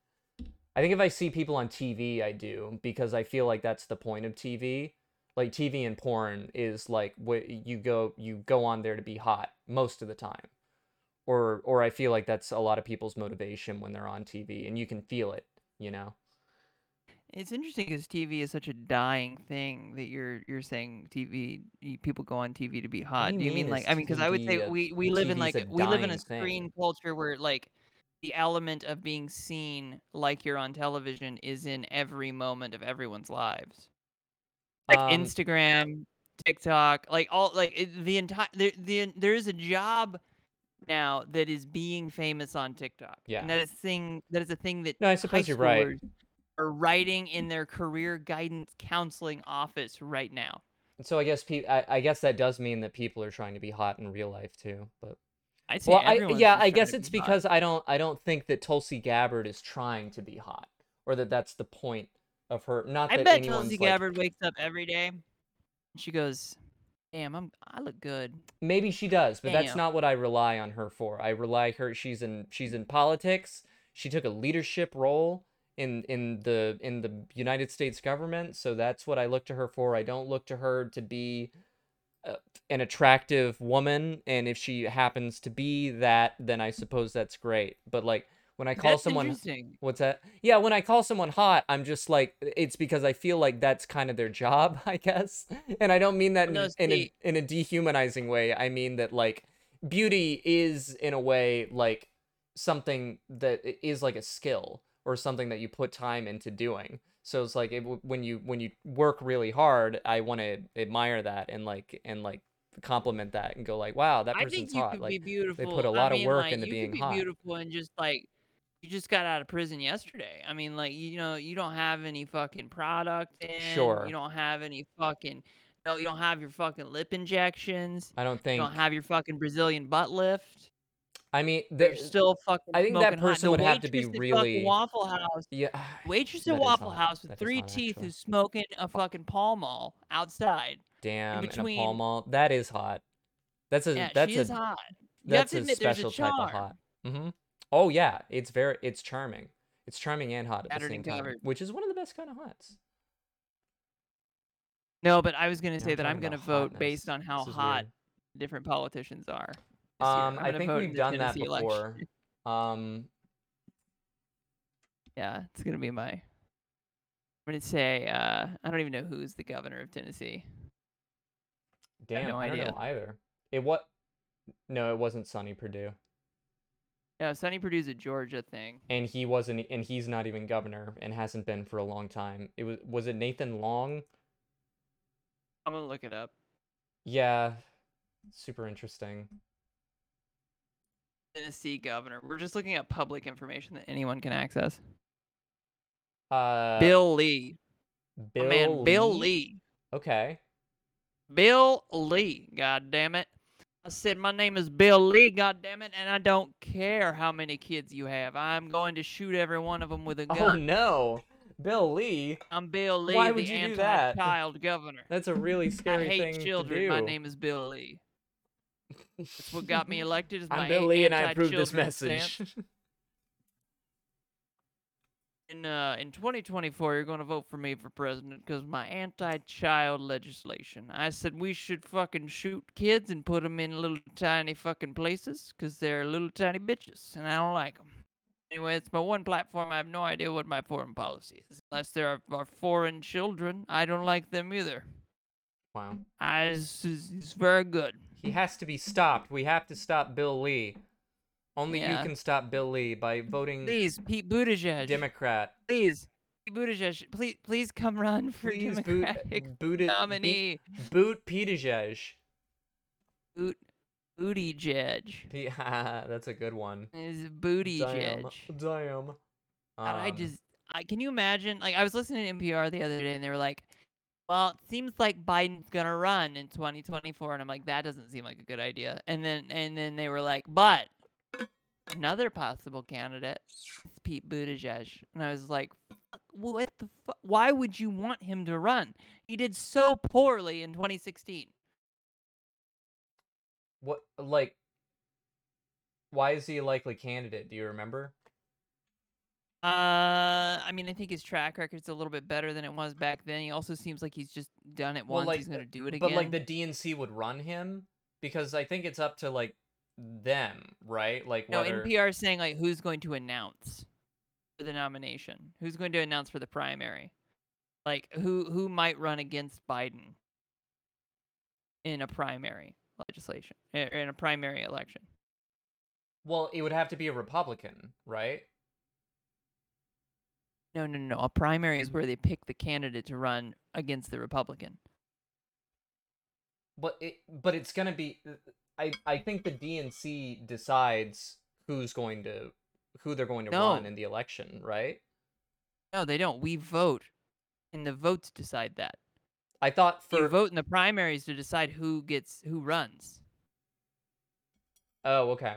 Speaker 2: I think if I see people on TV, I do because I feel like that's the point of TV. Like TV and porn is like what you go you go on there to be hot most of the time. or or I feel like that's a lot of people's motivation when they're on TV, and you can feel it, you know.
Speaker 1: It's interesting because TV is such a dying thing that you're you're saying TV y- people go on TV to be hot.
Speaker 2: do
Speaker 1: Do
Speaker 2: you
Speaker 1: you mean
Speaker 2: mean
Speaker 1: like
Speaker 2: is
Speaker 1: I mean because I would
Speaker 2: TV
Speaker 1: say
Speaker 2: a-
Speaker 1: we we live in
Speaker 2: TV
Speaker 1: like
Speaker 2: is a
Speaker 1: a- we live in
Speaker 2: dying
Speaker 1: a
Speaker 2: thing?
Speaker 1: screen culture where like the element of being seen like you're on television is in every moment of everyone's lives. Like
Speaker 2: Um,
Speaker 1: Instagram, TikTok, like all like it, the entire the, the there is a job now that is being famous on TikTok.
Speaker 2: Yeah.
Speaker 1: And that is thing that is a thing that
Speaker 2: no, I
Speaker 1: high
Speaker 2: suppose you're right.
Speaker 1: schoolers are writing in their career guidance counseling office right now.
Speaker 2: So I guess pe- I, I guess that does mean that people are trying to be hot in real life too. But
Speaker 1: I'd say
Speaker 2: well, I
Speaker 1: everyone's
Speaker 2: yeah,
Speaker 1: just
Speaker 2: I
Speaker 1: trying to
Speaker 2: guess
Speaker 1: be
Speaker 2: it's
Speaker 1: hot.
Speaker 2: because I don't I don't think that Tulsi Gabbard is trying to be hot, or that that's the point of her. Not
Speaker 1: I
Speaker 2: that
Speaker 1: bet Tulsi
Speaker 2: anyone's like
Speaker 1: Gabbard wakes up every day and she goes, "Damn, I'm I look good.
Speaker 2: maybe she does, but that's
Speaker 1: Damn."
Speaker 2: not what I rely on her for. I rely her she's in she's in politics. She took a leadership role in in the in the United States government, so that's what I look to her for. I don't look to her to be uh, an attractive woman and if she happens to be that then i suppose that's great but like when i call
Speaker 1: That's
Speaker 2: someone
Speaker 1: interesting.
Speaker 2: what's that yeah when i call someone hot i'm just like it's because i feel like that's kind of their job i guess and i don't mean that
Speaker 1: Oh, No,
Speaker 2: in, in a
Speaker 1: see,
Speaker 2: in a dehumanizing way i mean that like beauty is in a way like something that i- is like a skill or something that you put time into doing so it's like it, w- when you when you work really hard i want to admire that and like and like compliment that and go like wow that
Speaker 1: I
Speaker 2: person's
Speaker 1: think you
Speaker 2: hot
Speaker 1: could be
Speaker 2: like they put
Speaker 1: beautiful.
Speaker 2: a
Speaker 1: I
Speaker 2: lot of
Speaker 1: mean,
Speaker 2: work
Speaker 1: like
Speaker 2: into
Speaker 1: you could
Speaker 2: being
Speaker 1: be
Speaker 2: hot
Speaker 1: beautiful and just like you just got out of prison yesterday. I mean, like you know, you don't have any fucking product in. You
Speaker 2: sure
Speaker 1: don't have any fucking no. You don't have your fucking lip injections.
Speaker 2: i don't
Speaker 1: You don't
Speaker 2: think
Speaker 1: have your fucking Brazilian butt lift.
Speaker 2: i mean
Speaker 1: But you're
Speaker 2: the,
Speaker 1: still fucking
Speaker 2: i think that
Speaker 1: smoking hot.
Speaker 2: person
Speaker 1: The
Speaker 2: would have to be
Speaker 1: waitress at fucking
Speaker 2: really
Speaker 1: Waffle House.
Speaker 2: yeah
Speaker 1: Waitress at
Speaker 2: that is
Speaker 1: Waffle
Speaker 2: odd
Speaker 1: House with
Speaker 2: that is
Speaker 1: three
Speaker 2: odd
Speaker 1: teeth
Speaker 2: actually
Speaker 1: who's smoking a fucking Pall Mall outside. In
Speaker 2: damn and a pall
Speaker 1: between,
Speaker 2: mall that is hot that's a
Speaker 1: yeah,
Speaker 2: that's
Speaker 1: she is
Speaker 2: a
Speaker 1: hot. You have
Speaker 2: that's
Speaker 1: to
Speaker 2: a
Speaker 1: admit there's a
Speaker 2: special type of
Speaker 1: charm.
Speaker 2: hot. hmm Oh yeah, it's very it's charming. It's charming and hot at the
Speaker 1: Battered
Speaker 2: same
Speaker 1: and
Speaker 2: time,
Speaker 1: covered.
Speaker 2: which is one of the best kind of hots.
Speaker 1: No, but I was going to
Speaker 2: Now I'm
Speaker 1: say that
Speaker 2: talking
Speaker 1: I'm going
Speaker 2: about
Speaker 1: to vote
Speaker 2: hotness.
Speaker 1: based on how
Speaker 2: This is
Speaker 1: hot
Speaker 2: weird.
Speaker 1: different politicians are this year. I'm
Speaker 2: Um, I
Speaker 1: going to
Speaker 2: think
Speaker 1: vote in
Speaker 2: we've
Speaker 1: the
Speaker 2: done that
Speaker 1: Tennessee election.
Speaker 2: before. Um,
Speaker 1: Yeah, it's going to be my. I'm going to say uh, I don't even know who's the governor of Tennessee. I have
Speaker 2: damn,
Speaker 1: no
Speaker 2: I don't know
Speaker 1: idea.
Speaker 2: either. It what? No, it wasn't Sonny Perdue,
Speaker 1: Yeah, Sonny Perdue's a Georgia thing.
Speaker 2: and he wasn't, e, and he's not even governor, and hasn't been for a long time. It was was it Nathan Long?
Speaker 1: I'm going to look it up.
Speaker 2: Yeah, super interesting.
Speaker 1: Tennessee governor. We're just looking at public information that anyone can access.
Speaker 2: Uh,
Speaker 1: Bill Lee. My man,
Speaker 2: Bill
Speaker 1: Bill
Speaker 2: Lee.
Speaker 1: Lee.
Speaker 2: Okay.
Speaker 1: Bill Lee, god damn it. I said my name is Bill Lee, god damn it, and I don't care how many kids you have. I'm going to shoot every one of them with a
Speaker 2: Oh
Speaker 1: gun.
Speaker 2: no, Bill Lee.
Speaker 1: I'm Bill
Speaker 2: Why
Speaker 1: Lee,
Speaker 2: would
Speaker 1: the
Speaker 2: you do that?
Speaker 1: anti-child governor.
Speaker 2: That's a really
Speaker 1: I
Speaker 2: scary
Speaker 1: hate
Speaker 2: thing to
Speaker 1: children. My
Speaker 2: do.
Speaker 1: name is Bill Lee. That's what got me elected is
Speaker 2: I'm
Speaker 1: my
Speaker 2: Bill
Speaker 1: a-
Speaker 2: Lee and I approve this
Speaker 1: anti-children stance.
Speaker 2: message.
Speaker 1: In uh, in 2024, you're going to vote for me for president because my anti-child legislation. I said we should fucking shoot kids and put them in little tiny fucking places because they're little tiny bitches, and I don't like them. Anyway, it's my one platform. I have no idea what my foreign policy is. Unless there are, are foreign children, I don't like them either.
Speaker 2: wow.
Speaker 1: I, it's, it's it's very good.
Speaker 2: He has to be stopped. We have to stop Bill Lee. Only you
Speaker 1: Yeah.
Speaker 2: can stop Bill Lee by voting
Speaker 1: Please, Pete Buttigieg.
Speaker 2: Hmm. Democrat.
Speaker 1: Please, Pete Buttigieg. Please, please come run for
Speaker 2: Please boot
Speaker 1: Democratic
Speaker 2: boot it beat
Speaker 1: nominee.
Speaker 2: boot Buttigieg.
Speaker 1: Boot, booty judge.
Speaker 2: P- That's a good one.
Speaker 1: Is booty
Speaker 2: Damn.
Speaker 1: judge.
Speaker 2: Damn.
Speaker 1: God, I
Speaker 2: Um
Speaker 1: just, I can you imagine? Like, I was listening to NPR the other day, and they were like, "Well, it seems like Biden's gonna run in 2024," and I'm like, "That doesn't seem like a good idea." And then, and then they were like, "But another possible candidate is Pete Buttigieg," and I was like, "Fuck, "What the? Fu- why would you want him to run? He did so poorly in 2016."
Speaker 2: what like why is he a likely candidate? Do you remember?
Speaker 1: Uh, I mean, I think his track record's a little bit better than it was back then. He also seems like he's just done it
Speaker 2: Well,
Speaker 1: once.
Speaker 2: like,
Speaker 1: He's
Speaker 2: uh,
Speaker 1: gonna do it
Speaker 2: but like
Speaker 1: again.
Speaker 2: the DNC would run him because I think it's up to like them, right? Like
Speaker 1: No,
Speaker 2: whether
Speaker 1: NPR is saying like who's going to announce for the nomination? Who's going to announce for the primary? Like who who might run against Biden in a primary legislation eh, in a primary election?
Speaker 2: well, it would have to be a Republican, right?
Speaker 1: No, no, no. A primary is where they pick the candidate to run against the Republican.
Speaker 2: But it but it's gonna be. uh, I I think the DNC decides who's going to who they're going to run
Speaker 1: No.
Speaker 2: in the election, right?
Speaker 1: No, they don't. We vote, and the votes decide that.
Speaker 2: I thought
Speaker 1: You
Speaker 2: for
Speaker 1: vote in the primaries to decide who gets who runs.
Speaker 2: oh okay.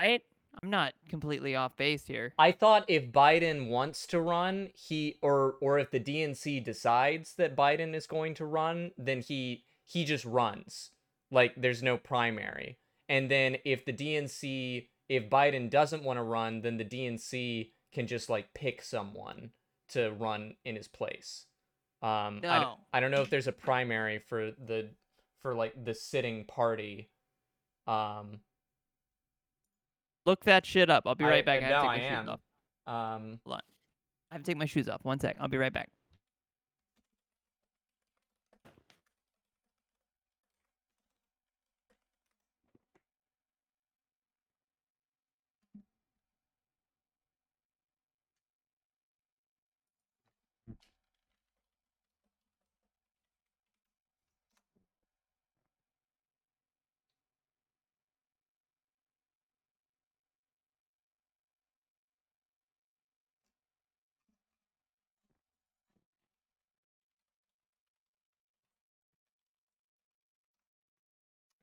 Speaker 1: Right? I'm not completely off base here.
Speaker 2: I thought if Biden wants to run, he or or if the DNC decides that Biden is going to run, then he he just runs. Like there's no primary. And then if the DNC if Biden doesn't want to run, then the DNC can just like pick someone to run in his place. Um I, d-
Speaker 1: No.
Speaker 2: I don't know if there's a primary for the for like the sitting party. Um
Speaker 1: Look that shit up. I'll be
Speaker 2: I-
Speaker 1: right back.
Speaker 2: uh,
Speaker 1: I have to
Speaker 2: no,
Speaker 1: take my
Speaker 2: I
Speaker 1: shoes
Speaker 2: am.
Speaker 1: off.
Speaker 2: um
Speaker 1: I have to take my shoes off. One sec. I'll be right back.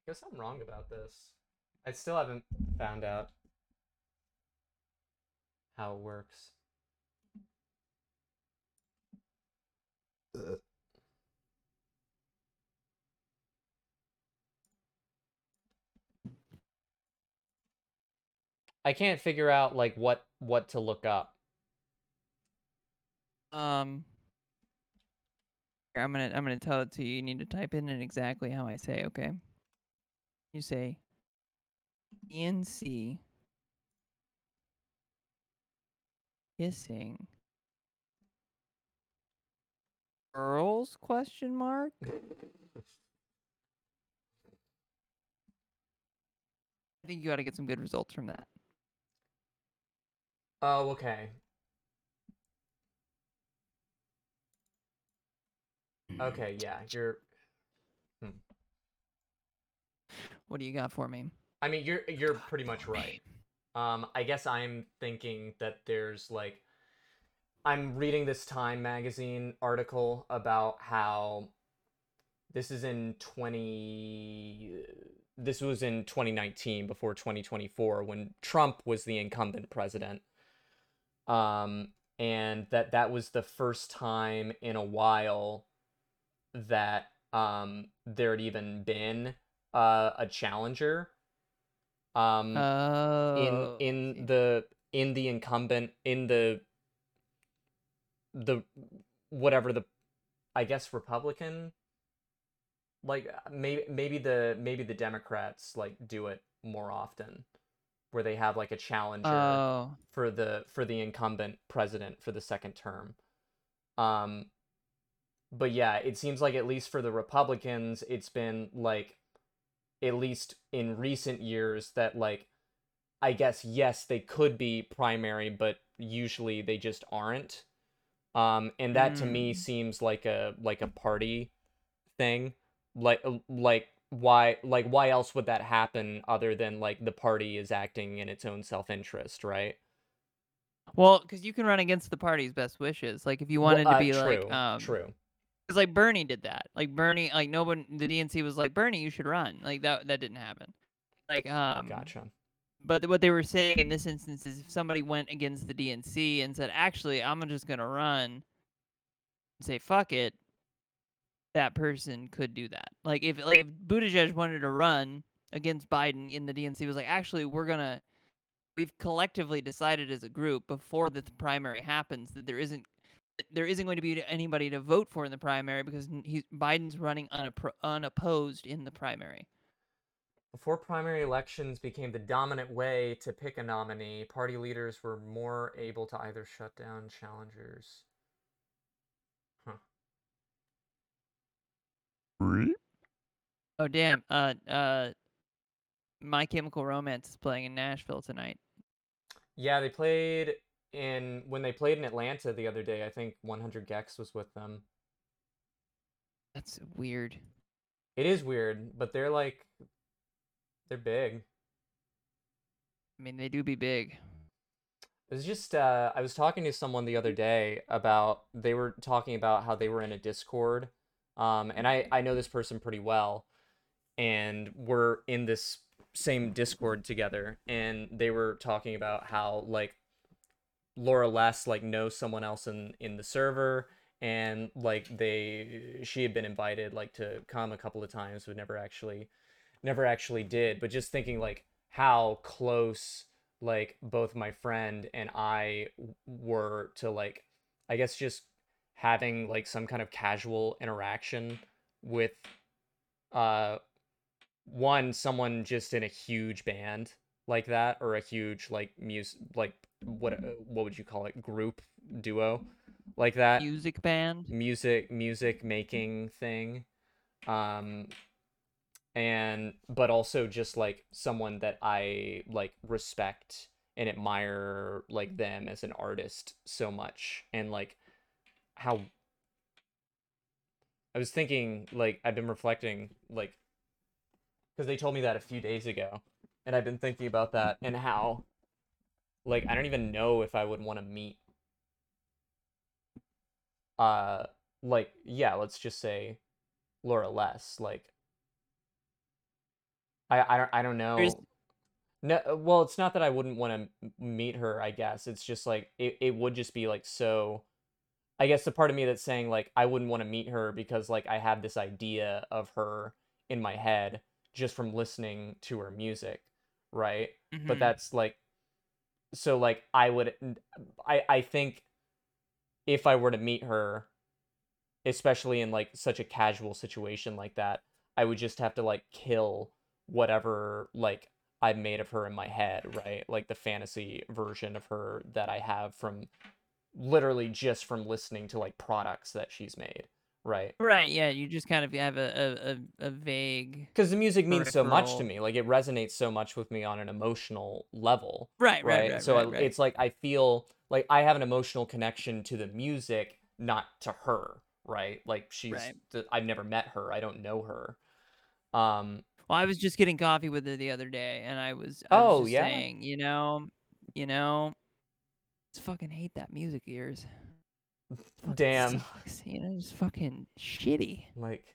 Speaker 2: I guess I'm wrong about this. I still haven't found out how it works. I can't figure out like what what to look up.
Speaker 1: Um here, I'm gonna I'm gonna tell it to you. You need to type in it exactly how I say, okay? You say DNC kissing girls question mark I think you gotta get some good results from that.
Speaker 2: Oh, okay. Okay, yeah, you're
Speaker 1: What do you got for me?
Speaker 2: I mean, you're you're pretty much
Speaker 1: For me.
Speaker 2: right. Um, I guess I'm thinking that there's like, I'm reading this Time magazine article about how this is in 20. This was in 2019 before 2024 when Trump was the incumbent president. Um, and that that was the first time in a while that um there had even been uh, a challenger. Um, in
Speaker 1: Oh,
Speaker 2: in
Speaker 1: see.
Speaker 2: the in the incumbent in the the whatever the I guess Republican like maybe maybe the maybe the Democrats like do it more often where they have like a challenger
Speaker 1: oh
Speaker 2: for the for the incumbent president for the second term. Um but yeah, it seems like at least for the Republicans, it's been like at least in recent years that like I guess yes, they could be primary, but usually they just aren't. Um and that to me
Speaker 1: Mm.
Speaker 2: seems like a like a party thing. Like uh, like why like why else would that happen other than like the party is acting in its own self-interest, right?
Speaker 1: well, because you can run against the party's best wishes. Like if you
Speaker 2: Well,
Speaker 1: wanted
Speaker 2: uh,
Speaker 1: to be
Speaker 2: true,
Speaker 1: like, um,
Speaker 2: true.
Speaker 1: because like Bernie did that. Like Bernie, like no one, the DNC was like Bernie, you should run. Like that, that didn't happen. Like um,
Speaker 2: gotcha.
Speaker 1: But what they were saying in this instance is if somebody went against the DNC and said, actually, I'm just going to run and say, fuck it, that person could do that. Like if, like if Buttigieg wanted to run against Biden in the DNC was like, actually, we're going to, we've collectively decided as a group before the th- primary happens that there isn't, that there isn't going to be anybody to vote for in the primary because n- he's, Biden's running unappro- unopposed in the primary.
Speaker 2: Before primary elections became the dominant way to pick a nominee, party leaders were more able to either shut down challengers.
Speaker 1: Oh damn. Uh uh My Chemical Romance is playing in Nashville tonight.
Speaker 2: Yeah, they played in when they played in Atlanta the other day. I think 100 Gex was with them.
Speaker 1: That's weird.
Speaker 2: It is weird, but they're like they're big.
Speaker 1: I mean, they do be big.
Speaker 2: It was just uh, I was talking to someone the other day about they were talking about how they were in a Discord, um, and I I know this person pretty well, and we're in this same Discord together, and they were talking about how like Laura Less like knows someone else in in the server, and like they she had been invited like to come a couple of times, but never actually never actually did. But just thinking like how close like both my friend and I w- were to like I guess just having like some kind of casual interaction with uh one someone just in a huge band like that or a huge like music like what what would you call it group duo like that
Speaker 1: Music band.
Speaker 2: music music making thing um and but also just like someone that i like respect and admire like them as an artist so much and like how i was thinking like i've been reflecting like because they told me that a few days ago and i've been thinking about that and how like i don't even know if i would want to meet uh like yeah let's just say laura less like i i don't i don't know
Speaker 1: There's-
Speaker 2: no well it's not that i wouldn't want to meet her i guess it's just like it, it would just be like so i guess the part of me that's saying like i wouldn't want to meet her because like i have this idea of her in my head just from listening to her music right Mm, but
Speaker 1: Mhm.
Speaker 2: that's like so like i would i i think if i were to meet her especially in like such a casual situation like that i would just have to like kill whatever like i've made of her in my head right like the fantasy version of her that i have from literally just from listening to like products that she's made right
Speaker 1: Right. Yeah. You just kind of have a a, a, a vague.
Speaker 2: because the music means so much to
Speaker 1: Peripheral.
Speaker 2: me like it resonates so much with me on an emotional level
Speaker 1: Right.
Speaker 2: right,
Speaker 1: Right. Right.
Speaker 2: so
Speaker 1: right,
Speaker 2: I,
Speaker 1: right.
Speaker 2: it's like i feel like i have an emotional connection to the music not to her right like she's
Speaker 1: Right.
Speaker 2: th- i've never met her i don't know her um
Speaker 1: Well, I was just getting coffee with her the other day, and I was, I was
Speaker 2: Oh,
Speaker 1: just
Speaker 2: yeah.
Speaker 1: saying, you know, you know, just fucking hate that music of yours. Fucking
Speaker 2: Damn.
Speaker 1: sucks, you know, just fucking shitty.
Speaker 2: like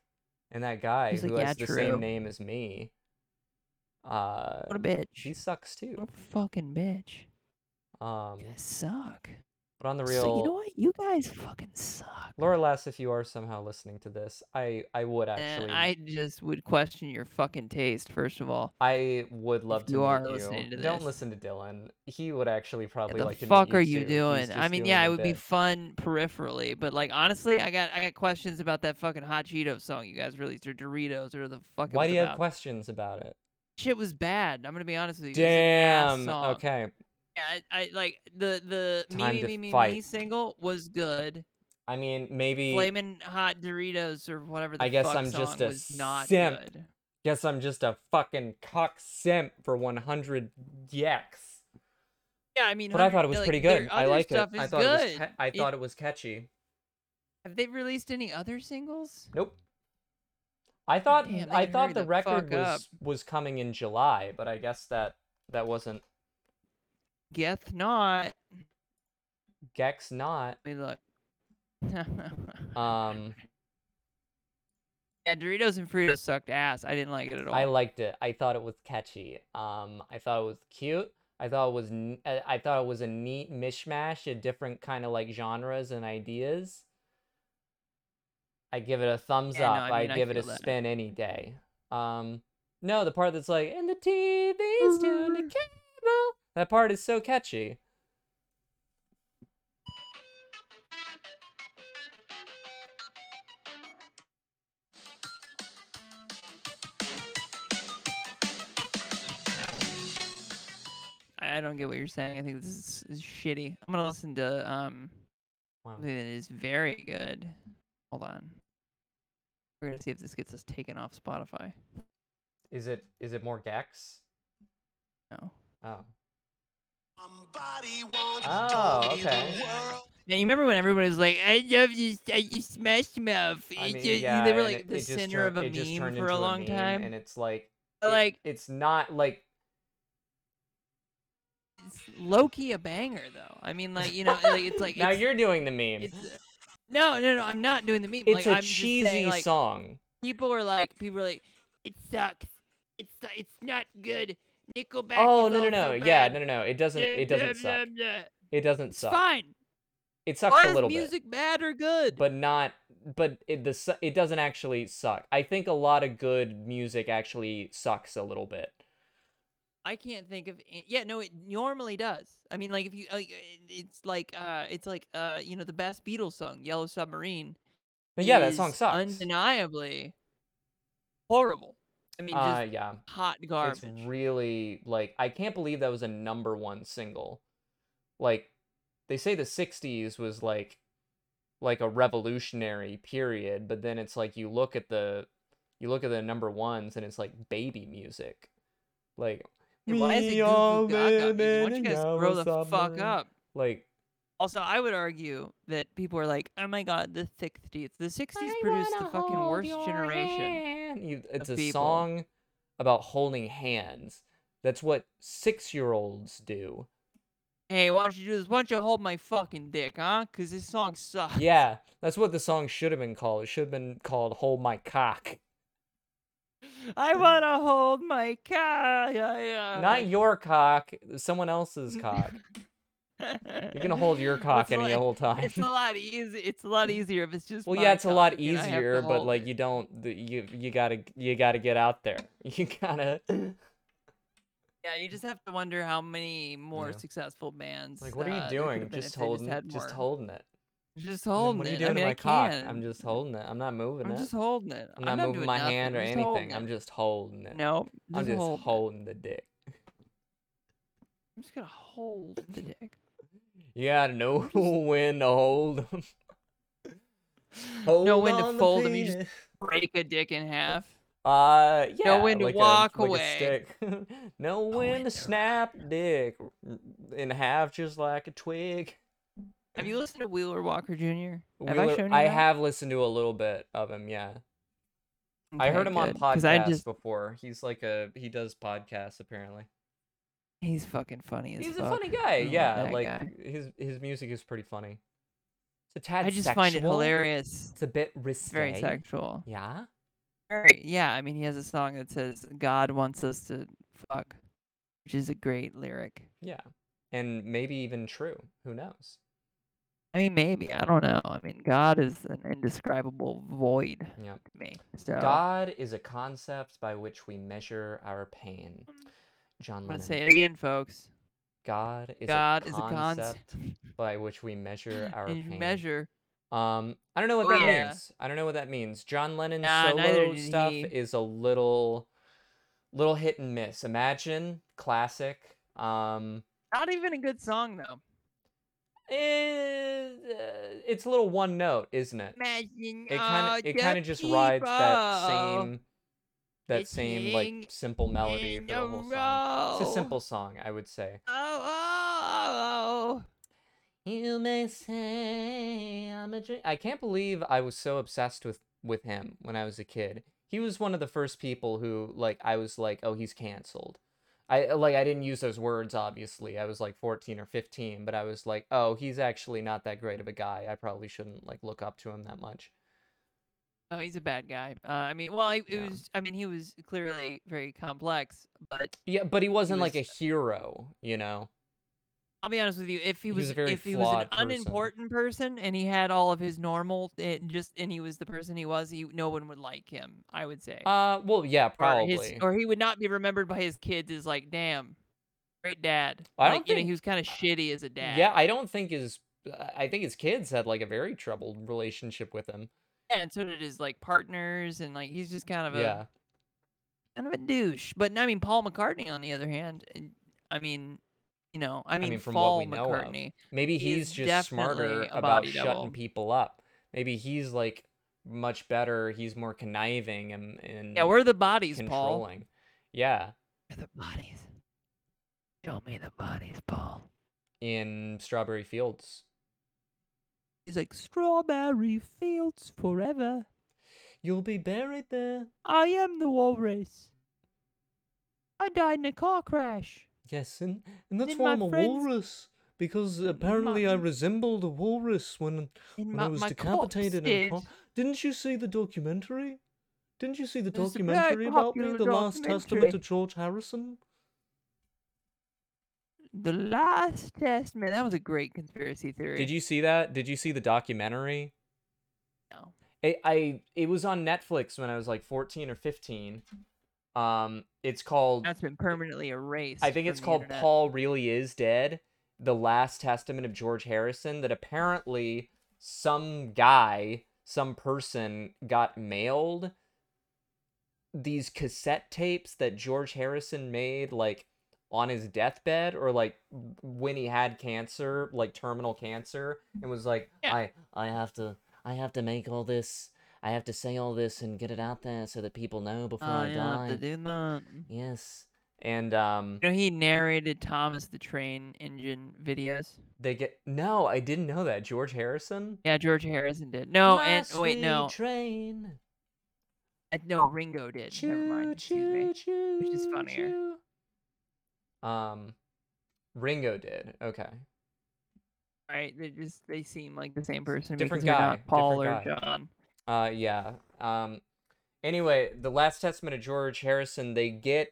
Speaker 2: and that guy
Speaker 1: He's like,
Speaker 2: who
Speaker 1: "Yeah,
Speaker 2: has the
Speaker 1: true."
Speaker 2: same name as me uh
Speaker 1: What a bitch.
Speaker 2: she sucks too
Speaker 1: What a fucking bitch.
Speaker 2: um
Speaker 1: You guys suck.
Speaker 2: but on the real
Speaker 1: So you know what? You guys fucking suck.
Speaker 2: laura lass if you are somehow listening to this i i would
Speaker 1: And
Speaker 2: actually
Speaker 1: Eh, I just would question your fucking taste, first of all.
Speaker 2: I would love to
Speaker 1: you
Speaker 2: meet
Speaker 1: are
Speaker 2: you.
Speaker 1: listening to
Speaker 2: Don't
Speaker 1: this.
Speaker 2: listen to Dylan. He would actually probably
Speaker 1: the
Speaker 2: like to meet
Speaker 1: fuck are you
Speaker 2: you too. He's
Speaker 1: doing? I
Speaker 2: just
Speaker 1: mean,
Speaker 2: doing
Speaker 1: yeah,
Speaker 2: a
Speaker 1: it would be
Speaker 2: bit.
Speaker 1: fun peripherally, but like honestly, I got I got questions about that fucking hot Cheetos song you guys released or Doritos or the fuck. it
Speaker 2: Why
Speaker 1: was
Speaker 2: do you have
Speaker 1: about.
Speaker 2: questions about it?
Speaker 1: Shit was bad. I'm gonna be honest with you. It was an ass
Speaker 2: Damn.
Speaker 1: song.
Speaker 2: Okay.
Speaker 1: Yeah, I, I like the the me
Speaker 2: Time
Speaker 1: me
Speaker 2: to
Speaker 1: me me me
Speaker 2: fight.
Speaker 1: single was good.
Speaker 2: I mean, maybe.
Speaker 1: Flamin' hot Doritos or whatever. The
Speaker 2: I guess
Speaker 1: fuck
Speaker 2: I'm just
Speaker 1: song
Speaker 2: a
Speaker 1: was not
Speaker 2: simp.
Speaker 1: good.
Speaker 2: Guess I'm just a fucking cock simp for 100 yaks.
Speaker 1: Yeah, I mean,
Speaker 2: But I
Speaker 1: 100
Speaker 2: thought it was
Speaker 1: like,
Speaker 2: pretty
Speaker 1: their
Speaker 2: good. I
Speaker 1: other
Speaker 2: like it.
Speaker 1: stuff
Speaker 2: I
Speaker 1: is
Speaker 2: thought it was.
Speaker 1: good.
Speaker 2: ca- I
Speaker 1: It-
Speaker 2: thought it was catchy.
Speaker 1: Have they released any other singles?
Speaker 2: Nope. I thought
Speaker 1: Damn, they
Speaker 2: I
Speaker 1: can
Speaker 2: thought
Speaker 1: hurry
Speaker 2: the
Speaker 1: the
Speaker 2: record
Speaker 1: fuck up.
Speaker 2: was was coming in July, but I guess that that wasn't
Speaker 1: Geth not.
Speaker 2: Gex not.
Speaker 1: Let me look.
Speaker 2: Um
Speaker 1: yeah, Doritos and Fritos sucked ass. I didn't like it at all.
Speaker 2: I liked it. I thought it was catchy. Um, I thought it was cute. I thought it was. n- I I thought it was a neat mishmash of different kind of like genres and ideas. I give it a thumbs
Speaker 1: Yeah, no,
Speaker 2: up.
Speaker 1: I
Speaker 2: I,
Speaker 1: mean, I
Speaker 2: give it a
Speaker 1: feel that.
Speaker 2: spin any day. Um, no, the part that's like and the TV's to
Speaker 1: Mm-hmm.
Speaker 2: the cable. That part is so catchy.
Speaker 1: I don't get what you're saying. I think this is, is shitty. I'm gonna listen to um
Speaker 2: Wow.
Speaker 1: something that is very good. Hold on. We're gonna see if this gets us taken off Spotify.
Speaker 2: Is it is it more Gex?
Speaker 1: No.
Speaker 2: Oh.
Speaker 3: Somebody once
Speaker 2: Oh,
Speaker 3: told me
Speaker 2: okay.
Speaker 3: the world
Speaker 1: Now you remember when everybody was like, "I love you, I you Smash Mouth."
Speaker 2: I
Speaker 1: It
Speaker 2: mean,
Speaker 1: ju-
Speaker 2: yeah,
Speaker 1: they were
Speaker 2: and
Speaker 1: like
Speaker 2: it-
Speaker 1: the
Speaker 2: it just
Speaker 1: center
Speaker 2: turned-
Speaker 1: of a
Speaker 2: it just
Speaker 1: meme
Speaker 2: turned
Speaker 1: for
Speaker 2: into
Speaker 1: a long
Speaker 2: meme,
Speaker 1: time.
Speaker 2: and it's like
Speaker 1: But,
Speaker 2: it-
Speaker 1: like
Speaker 2: it's not like
Speaker 1: low key a banger though. I mean, like you know, like it's like
Speaker 2: now
Speaker 1: it's,
Speaker 2: you're doing the meme.
Speaker 1: it's, no, no, no. I'm not doing the meme. like,
Speaker 2: It's a
Speaker 1: I'm just saying,
Speaker 2: cheesy
Speaker 1: like,
Speaker 2: song.
Speaker 1: People were like, people were like, it sucks. It's it's not good. Nickelback.
Speaker 2: Oh
Speaker 1: is
Speaker 2: no no
Speaker 1: also
Speaker 2: no yeah
Speaker 1: bad.
Speaker 2: no no no it doesn't it
Speaker 1: Blah,
Speaker 2: doesn't
Speaker 1: blah,
Speaker 2: suck
Speaker 1: blah."
Speaker 2: it doesn't
Speaker 1: It's
Speaker 2: suck
Speaker 1: fine.
Speaker 2: it sucks
Speaker 1: Why
Speaker 2: a
Speaker 1: is
Speaker 2: little bit
Speaker 1: music bad or good?
Speaker 2: but not but it the su- it doesn't actually suck. I think a lot of good music actually sucks a little bit.
Speaker 1: I can't think of an- yeah no it normally does. I mean like if you like, it- it's like uh it's like uh you know the best Beatles song Yellow Submarine.
Speaker 2: But yeah, that song
Speaker 1: is
Speaker 2: sucks.
Speaker 1: Undeniably horrible. I mean just
Speaker 2: uh, yeah.
Speaker 1: hot garbage.
Speaker 2: It's really like I can't believe that was a number one single. Like they say the '60s was like like a revolutionary period, but then it's like you look at the you look at the number ones and it's like baby music. Like
Speaker 1: Hey, why is it
Speaker 2: "We
Speaker 1: Goo Goo
Speaker 2: all
Speaker 1: Gaga? music?
Speaker 2: live
Speaker 1: Why don't you
Speaker 2: in a
Speaker 1: guys
Speaker 2: yellow
Speaker 1: grow the fuck
Speaker 2: submarine."
Speaker 1: up?
Speaker 2: Like
Speaker 1: Also, I would argue that people are like, "Oh my god, the '60s." The '60s produced the fucking worst generation.
Speaker 2: You, it's a
Speaker 1: of people.
Speaker 2: song about holding hands. That's what six-year-olds do.
Speaker 1: Hey, why don't you do this? Why don't you hold my fucking dick, huh? Because this song sucks.
Speaker 2: Yeah, that's what the song should have been called. It should have been called "Hold My Cock."
Speaker 1: I wanna hold my cock. Yeah, yeah.
Speaker 2: Not your cock, someone else's cock. You're gonna hold your cock
Speaker 1: It's
Speaker 2: any
Speaker 1: like-
Speaker 2: old time.
Speaker 1: It's a lot easy. It's a lot easier if it's just.
Speaker 2: Well,
Speaker 1: my
Speaker 2: yeah, it's a lot
Speaker 1: cock, you know, I have to
Speaker 2: easier, but
Speaker 1: hold
Speaker 2: like
Speaker 1: it.
Speaker 2: you don't, the- you you gotta you gotta get out there. You gotta
Speaker 1: Yeah, you just have to wonder how many more
Speaker 2: Yeah.
Speaker 1: successful bands.
Speaker 2: like, what are
Speaker 1: uh,
Speaker 2: you
Speaker 1: there could've
Speaker 2: doing?
Speaker 1: been
Speaker 2: Just
Speaker 1: if they
Speaker 2: holding,
Speaker 1: had
Speaker 2: just,
Speaker 1: more.
Speaker 2: holding it.
Speaker 1: Just
Speaker 2: Like,
Speaker 1: holding
Speaker 2: What are you
Speaker 1: it.
Speaker 2: doing
Speaker 1: I mean,
Speaker 2: to my
Speaker 1: I
Speaker 2: cock?
Speaker 1: can.
Speaker 2: I'm just holding it. I'm not moving
Speaker 1: I'm
Speaker 2: it.
Speaker 1: just holding it.
Speaker 2: I'm not, moving
Speaker 1: doing
Speaker 2: my
Speaker 1: nothing.
Speaker 2: hand or
Speaker 1: I'm just holding
Speaker 2: anything.
Speaker 1: it.
Speaker 2: I'm just holding it.
Speaker 1: No,
Speaker 2: I'm just
Speaker 1: holding it.
Speaker 2: holding the dick.
Speaker 1: I'm just gonna hold the dick.
Speaker 2: You gotta know when to hold 'em. Hold
Speaker 1: know when to
Speaker 2: on the
Speaker 1: fold 'em, you just-
Speaker 2: penis.
Speaker 1: break a a dick in half.
Speaker 2: Uh, yeah.
Speaker 1: when to
Speaker 2: like a-
Speaker 1: walk
Speaker 2: like a
Speaker 1: away. Oh
Speaker 2: stick. know when
Speaker 1: when
Speaker 2: to
Speaker 1: to-
Speaker 2: snap dick in half, just like a twig.
Speaker 1: Have you listened to Wheeler Walker Jr.? Have I
Speaker 2: Wheeler-
Speaker 1: shown you?
Speaker 2: I
Speaker 1: that?
Speaker 2: have listened to a little bit of him. Yeah, I
Speaker 1: Okay,
Speaker 2: heard him on
Speaker 1: good, 'cause I
Speaker 2: podcasts
Speaker 1: just
Speaker 2: before. He's like a he does podcasts apparently.
Speaker 1: he's fucking funny as
Speaker 2: He's
Speaker 1: fuck.
Speaker 2: a funny guy.
Speaker 1: love
Speaker 2: yeah,
Speaker 1: that
Speaker 2: like
Speaker 1: guy.
Speaker 2: his his music is pretty funny. It's a tad.
Speaker 1: I just find it
Speaker 2: sexual.
Speaker 1: hilarious.
Speaker 2: It's a bit
Speaker 1: It's
Speaker 2: risque.
Speaker 1: very sexual.
Speaker 2: Yeah.
Speaker 1: Very, yeah, I mean, he has a song that says "God wants us to fuck," which is a great lyric.
Speaker 2: Yeah. And maybe even true. Who knows?
Speaker 1: I mean, maybe I don't know. I mean, God is an indescribable void to
Speaker 2: Yeah.
Speaker 1: me. So
Speaker 2: God is a concept by which we measure our pain. John
Speaker 1: I'm gonna
Speaker 2: Lennon.
Speaker 1: say it again, folks.
Speaker 2: God is
Speaker 1: God
Speaker 2: a
Speaker 1: is a
Speaker 2: concept
Speaker 1: concept.
Speaker 2: by which we measure our
Speaker 1: and you
Speaker 2: pain.
Speaker 1: measure.
Speaker 2: Um, I don't know what
Speaker 1: Oh,
Speaker 2: that
Speaker 1: yeah.
Speaker 2: means. I don't know what that means. John Lennon's
Speaker 1: Nah, neither
Speaker 2: solo
Speaker 1: did
Speaker 2: stuff
Speaker 1: he.
Speaker 2: is a little, little hit and miss. Imagine classic. Um,
Speaker 1: Not even a good song though.
Speaker 2: is, uh, it's a little one note, isn't it?
Speaker 1: Imagine
Speaker 2: It kind of it kind of just rides that same, that same
Speaker 1: sitting
Speaker 2: like simple melody for the whole song. It's a simple song, I would say.
Speaker 1: Oh,
Speaker 2: You may say I'm a dream. I can't believe I was so obsessed with with him when I was a kid. He was one of the first people who like I was like, oh, he's canceled. I uh, like I didn't use those words obviously. I was like 14 or 15, but I was like, oh, he's actually not that great of a guy. I probably shouldn't like look up to him that much.
Speaker 1: Oh, he's a bad guy. Uh, I mean, well, it, it
Speaker 2: Yeah.
Speaker 1: was. I mean, he was clearly very complex. But
Speaker 2: Yeah, but he wasn't like a
Speaker 1: was-
Speaker 2: hero, you know.
Speaker 1: I'll be honest with you. If he
Speaker 2: He
Speaker 1: was,
Speaker 2: was a very
Speaker 1: if he was an
Speaker 2: flawed person.
Speaker 1: unimportant person and he had all of his normal, and just and he was the person he was, he no one would like him. I would say.
Speaker 2: Uh, well, yeah,
Speaker 1: Or his-
Speaker 2: probably.
Speaker 1: or he would not be remembered by his kids as like, damn, great dad.
Speaker 2: I
Speaker 1: like,
Speaker 2: don't
Speaker 1: you know,
Speaker 2: think-
Speaker 1: he was kind of shitty as a dad.
Speaker 2: Yeah, I don't think his I think his kids had like a very troubled relationship with him.
Speaker 1: Yeah, and so did his like partners, and like he's just kind of a
Speaker 2: Yeah.
Speaker 1: kind of a douche. But eh, I mean, Paul McCartney, on the other hand, I mean, you know, I mean,
Speaker 2: mean, from what
Speaker 1: fall
Speaker 2: we know of.
Speaker 1: McCartney.
Speaker 2: Maybe
Speaker 1: He
Speaker 2: he's
Speaker 1: is
Speaker 2: just smarter
Speaker 1: definitely a
Speaker 2: about
Speaker 1: body
Speaker 2: shutting
Speaker 1: double.
Speaker 2: people up. Maybe he's like much better. He's more conniving and, and
Speaker 1: Yeah, where are the bodies, Paul?
Speaker 2: mm, controlling. Yeah,
Speaker 1: Where are the bodies? Show me the bodies, Paul.
Speaker 2: in Strawberry Fields.
Speaker 1: He's like strawberry fields forever.
Speaker 2: You'll be buried there.
Speaker 1: I am the walrus. I died in a car crash.
Speaker 2: Yes, and, and that's
Speaker 1: Then
Speaker 2: why
Speaker 1: my
Speaker 2: I'm a
Speaker 1: friends-
Speaker 2: walrus. Because apparently I
Speaker 1: my-
Speaker 2: resembled a walrus when
Speaker 1: And
Speaker 2: when
Speaker 1: my,
Speaker 2: I was
Speaker 1: my corpse
Speaker 2: decapitated. And
Speaker 1: did.
Speaker 2: co- Didn't you see the documentary? Didn't you see the
Speaker 1: There's a very
Speaker 2: documentary about me,
Speaker 1: popular
Speaker 2: The Last
Speaker 1: documentary.
Speaker 2: Testament of George Harrison?
Speaker 1: The last test, man, that was a great conspiracy theory.
Speaker 2: Did you see that? Did you see the documentary?
Speaker 1: know?
Speaker 2: I, I it was on Netflix when I was like 14 or 15. Um, it's called
Speaker 1: That's been permanently erased.
Speaker 2: I think
Speaker 1: from
Speaker 2: it's
Speaker 1: the
Speaker 2: called
Speaker 1: internet.
Speaker 2: Paul Really Is Dead, The Last Testament of George Harrison, that apparently some guy, some person got mailed these cassette tapes that George Harrison made like on his deathbed or like w- when he had cancer, like terminal cancer, and was like,
Speaker 1: Yeah.
Speaker 2: I I have to I have to make all this I have to say all this and get it out there so that people know before
Speaker 1: Oh,
Speaker 2: I
Speaker 1: you don't have to do
Speaker 2: die.
Speaker 1: that.
Speaker 2: Yes. And um
Speaker 1: You know, he narrated Thomas the Train Engine videos.
Speaker 2: They get no. I didn't know that George Harrison.
Speaker 1: Yeah, George Harrison did. No, and oh, wait, no,
Speaker 2: Train.
Speaker 1: Uh, no, Ringo did. Never mind. Excuse me.
Speaker 2: choo,
Speaker 1: Which is funnier.
Speaker 2: choo. Um, Ringo did. Okay.
Speaker 1: Right? They just they seem like the same person.
Speaker 2: Different
Speaker 1: because they're
Speaker 2: guy,
Speaker 1: Not Paul or
Speaker 2: different guy.
Speaker 1: John.
Speaker 2: Uh, yeah. Um, anyway, the Last Testament of George Harrison. They get.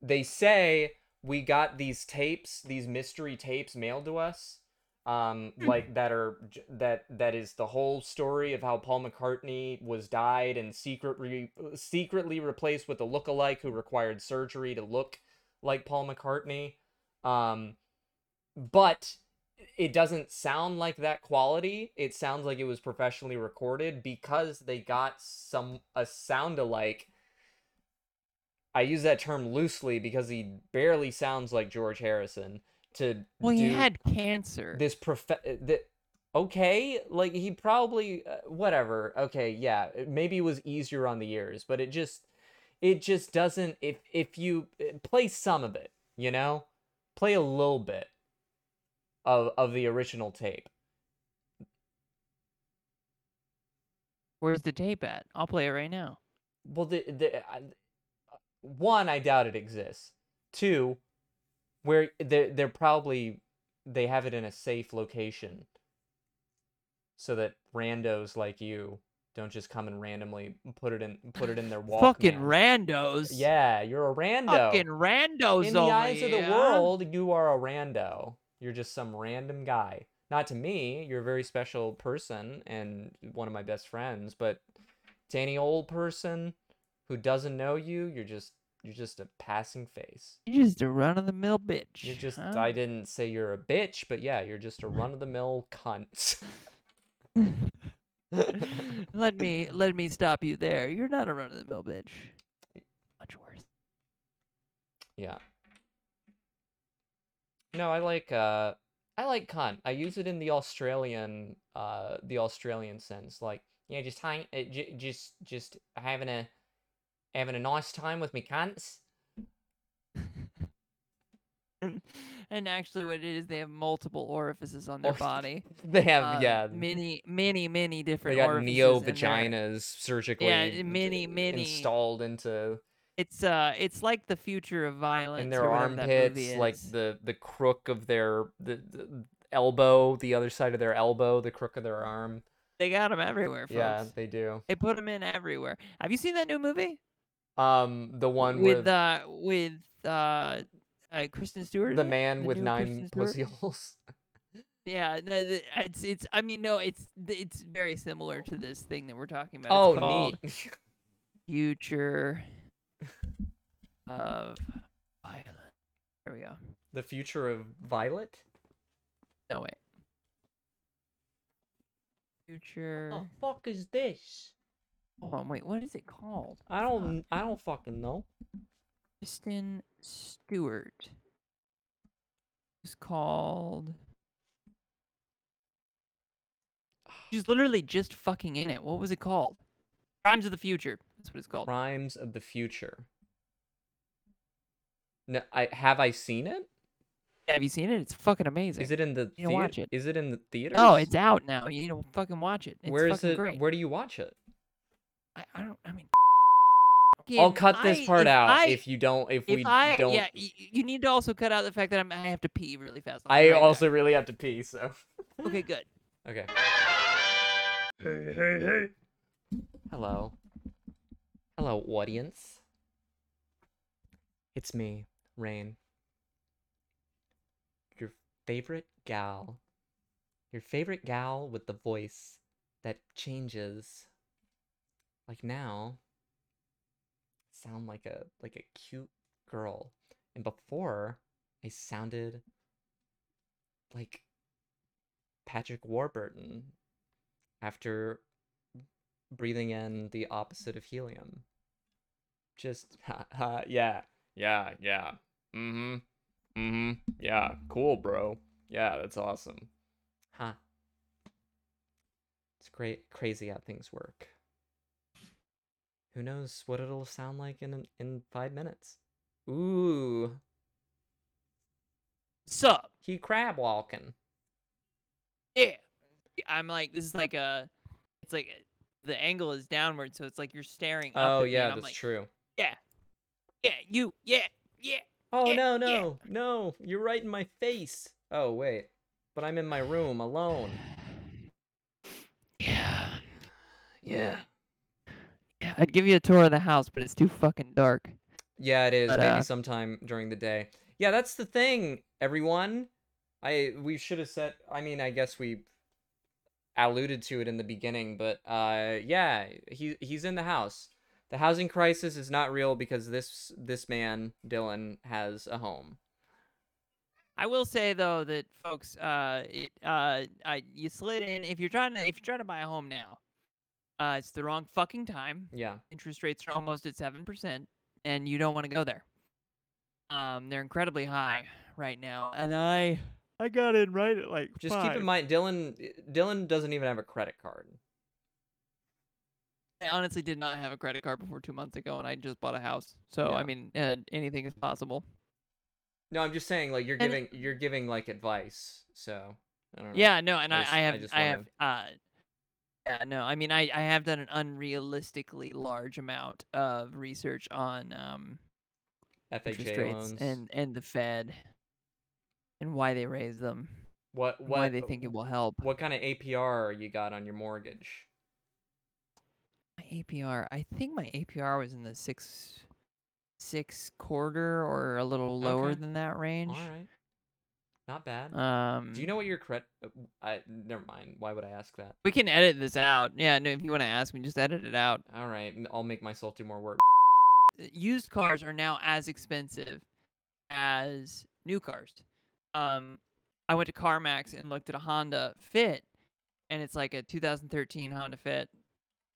Speaker 2: They say we got these tapes, these mystery tapes, mailed to us. Um,
Speaker 1: Hmm.
Speaker 2: like that are j- that that is the whole story of how Paul McCartney was died and secretly secretly replaced with a lookalike who required surgery to look like Paul McCartney. Um, but it doesn't sound like that quality. It sounds like it was professionally recorded because they got some a sound alike. I use that term loosely because he barely sounds like George Harrison to
Speaker 1: Well,
Speaker 2: do
Speaker 1: he had cancer.
Speaker 2: this prof that okay like he probably uh, whatever okay yeah it- maybe it was easier on the ears but it just it just doesn't if if you uh, play some of it you know play a little bit of of the original tape
Speaker 1: Where's the tape at? I'll play it right now.
Speaker 2: well the, the I, one i doubt it exists two where they're, they're probably they have it in a safe location so that randos like you don't just come and randomly put it in put it in their walk
Speaker 1: Fucking randos.
Speaker 2: yeah you're a rando
Speaker 1: Fucking randos.
Speaker 2: in the
Speaker 1: only,
Speaker 2: eyes of the
Speaker 1: yeah?
Speaker 2: world you are a rando you're just some random guy not to me you're a very special person and one of my best friends but to any old person who doesn't know you you're just you're just a passing face
Speaker 1: You're just a run of the mill bitch.
Speaker 2: you're just
Speaker 1: huh?
Speaker 2: i didn't say you're a bitch but yeah you're just a run-of-the-mill cunt
Speaker 1: let me let me stop you there. You're not a run of the mill bitch. Much worse.
Speaker 2: Yeah. No, I like uh I like cunt. I use it in the Australian uh the Australian sense. Like, yeah, just hang uh, j- just just having a having a nice time with me cunts.
Speaker 1: and actually, what it is, they have multiple orifices on their
Speaker 2: Or-
Speaker 1: body.
Speaker 2: They have
Speaker 1: uh,
Speaker 2: um, yeah.
Speaker 1: many, many, many different.
Speaker 2: They got
Speaker 1: orifices
Speaker 2: neo
Speaker 1: in their-
Speaker 2: vaginas surgically
Speaker 1: d- many,
Speaker 2: uh,
Speaker 1: many
Speaker 2: installed into
Speaker 1: It's uh, it's like the future of violence.
Speaker 2: in their
Speaker 1: or whatever that
Speaker 2: armpits,
Speaker 1: movie
Speaker 2: like
Speaker 1: is.
Speaker 2: the the crook of their the, the elbow, the other side of their elbow, the crook of their arm.
Speaker 1: they got them everywhere, folks.
Speaker 2: Yeah, they do.
Speaker 1: They put them in everywhere. Have you seen that new movie
Speaker 2: Um, the one
Speaker 1: with
Speaker 2: with
Speaker 1: uh with uh, uh Kristen Stewart?
Speaker 2: the
Speaker 1: in it?
Speaker 2: man with
Speaker 1: new Kristen
Speaker 2: nine
Speaker 1: Stewart?
Speaker 2: pussy holes.
Speaker 1: Yeah, no, the, it's it's. I mean, no, it's it's very similar to this thing that we're talking about.
Speaker 2: Oh,
Speaker 1: it's called
Speaker 2: neat.
Speaker 1: Future of violence. There we go.
Speaker 2: the future of Violet.
Speaker 1: No wait. Future.
Speaker 2: fuck is this?
Speaker 1: Hold on, wait. What is it called?
Speaker 2: I
Speaker 1: Fuck.
Speaker 2: don't. I don't fucking know.
Speaker 1: Kristen Stewart. was called. She's literally just fucking in it. What was it called? Crimes of the Future. That's what it's called.
Speaker 2: Crimes of the Future. No, I have I seen it.
Speaker 1: Have you seen it? It's fucking amazing.
Speaker 2: Is it in the
Speaker 1: You know, watch
Speaker 2: theat-
Speaker 1: it.
Speaker 2: Is it in the theater?
Speaker 1: Oh, it's out now. You need to fucking watch it. It's
Speaker 2: where is
Speaker 1: fucking
Speaker 2: it?
Speaker 1: Great.
Speaker 2: Where do you watch it?
Speaker 1: I, I don't. I mean,
Speaker 2: I'll
Speaker 1: fucking-
Speaker 2: cut this
Speaker 1: I-
Speaker 2: part
Speaker 1: if
Speaker 2: out
Speaker 1: I-
Speaker 2: if you don't. If,
Speaker 1: if
Speaker 2: we
Speaker 1: I,
Speaker 2: don't.
Speaker 1: yeah, y- y- you need to also cut out the fact that I'm, I have to pee really fast. I'll be
Speaker 2: I
Speaker 1: right back.
Speaker 2: also really have to pee. So
Speaker 1: okay, good.
Speaker 2: okay. Hello. Hello, audience. It's me, Rain. Your favorite gal. Your favorite gal with the voice that changes. Like now, sound like a like a cute girl. And before, I sounded like Patrick Warburton after breathing in the opposite of helium. Just ha, ha, yeah, yeah, yeah. Mm-hmm. Mm-hmm. Yeah, cool, bro. Yeah, that's awesome. Huh. It's great crazy how things work. Who knows what it'll sound like in an- in five minutes? Ooh,
Speaker 1: Sup?
Speaker 2: he crab walking.
Speaker 1: Yeah. I'm like, this is like a, it's like a- the angle is downward, so it's like you're staring. up
Speaker 2: Oh
Speaker 1: at me,
Speaker 2: yeah,
Speaker 1: and I'm
Speaker 2: that's
Speaker 1: like,
Speaker 2: true.
Speaker 1: Yeah, you. Yeah, yeah.
Speaker 2: Oh
Speaker 1: Yeah,
Speaker 2: no,
Speaker 1: yeah.
Speaker 2: no, no! You're right in my face. Oh wait, but I'm in my room alone.
Speaker 1: Yeah. Yeah. Yeah. I'd give you a tour of the house, but it's too fucking dark.
Speaker 2: Yeah, it is.
Speaker 1: But,
Speaker 2: Maybe
Speaker 1: uh,
Speaker 2: sometime during the day. Yeah, that's the thing, everyone. I we should have said. I mean, I guess we alluded to it in the beginning, but uh, yeah, he he's in the house. The housing crisis is not real because this this man Dylan has a home.
Speaker 1: I will say though that folks, uh, it, uh, I, you slid in. If you're trying to, if you're trying to buy a home now, uh, it's the wrong fucking time.
Speaker 2: Yeah,
Speaker 1: Interest rates are almost at seven percent, and you don't want to go there. Um, they're incredibly high right now, and I, I got in right at like.
Speaker 2: just keep in
Speaker 1: five.
Speaker 2: mind, Dylan Dylan doesn't even have a credit card.
Speaker 1: I honestly did not have a credit card before two months ago, and I just bought a house. So
Speaker 2: Yeah.
Speaker 1: I mean, uh, anything is possible.
Speaker 2: No, I'm just saying, like you're
Speaker 1: And-
Speaker 2: giving you're giving like advice. So I don't know.
Speaker 1: Yeah, no, and
Speaker 2: I
Speaker 1: I,
Speaker 2: just-
Speaker 1: I
Speaker 2: I
Speaker 1: have,
Speaker 2: just
Speaker 1: I, have,
Speaker 2: wanna-
Speaker 1: uh, yeah, no, I mean, I, I have done an unrealistically large amount of research on um interest
Speaker 2: FHA
Speaker 1: rates
Speaker 2: loans
Speaker 1: and and the Fed and why they raise them,
Speaker 2: what
Speaker 1: and
Speaker 2: what
Speaker 1: why they think it will help.
Speaker 2: What kind of APR you got on your mortgage?
Speaker 1: My APR, I think my APR was in the six, six quarter or a little lower
Speaker 2: Okay.
Speaker 1: than that range.
Speaker 2: All right, not bad.
Speaker 1: Um,
Speaker 2: Do you know what your credit? I never mind. Why would I ask that?
Speaker 1: We can edit this out. Yeah, no, if you want to ask me, just edit it out.
Speaker 2: All right, m- I'll make myself do more work.
Speaker 1: Uh, Used cars are now as expensive as new cars. Um, I went to CarMax and looked at a Honda Fit, and it's like a 2013 Honda Fit,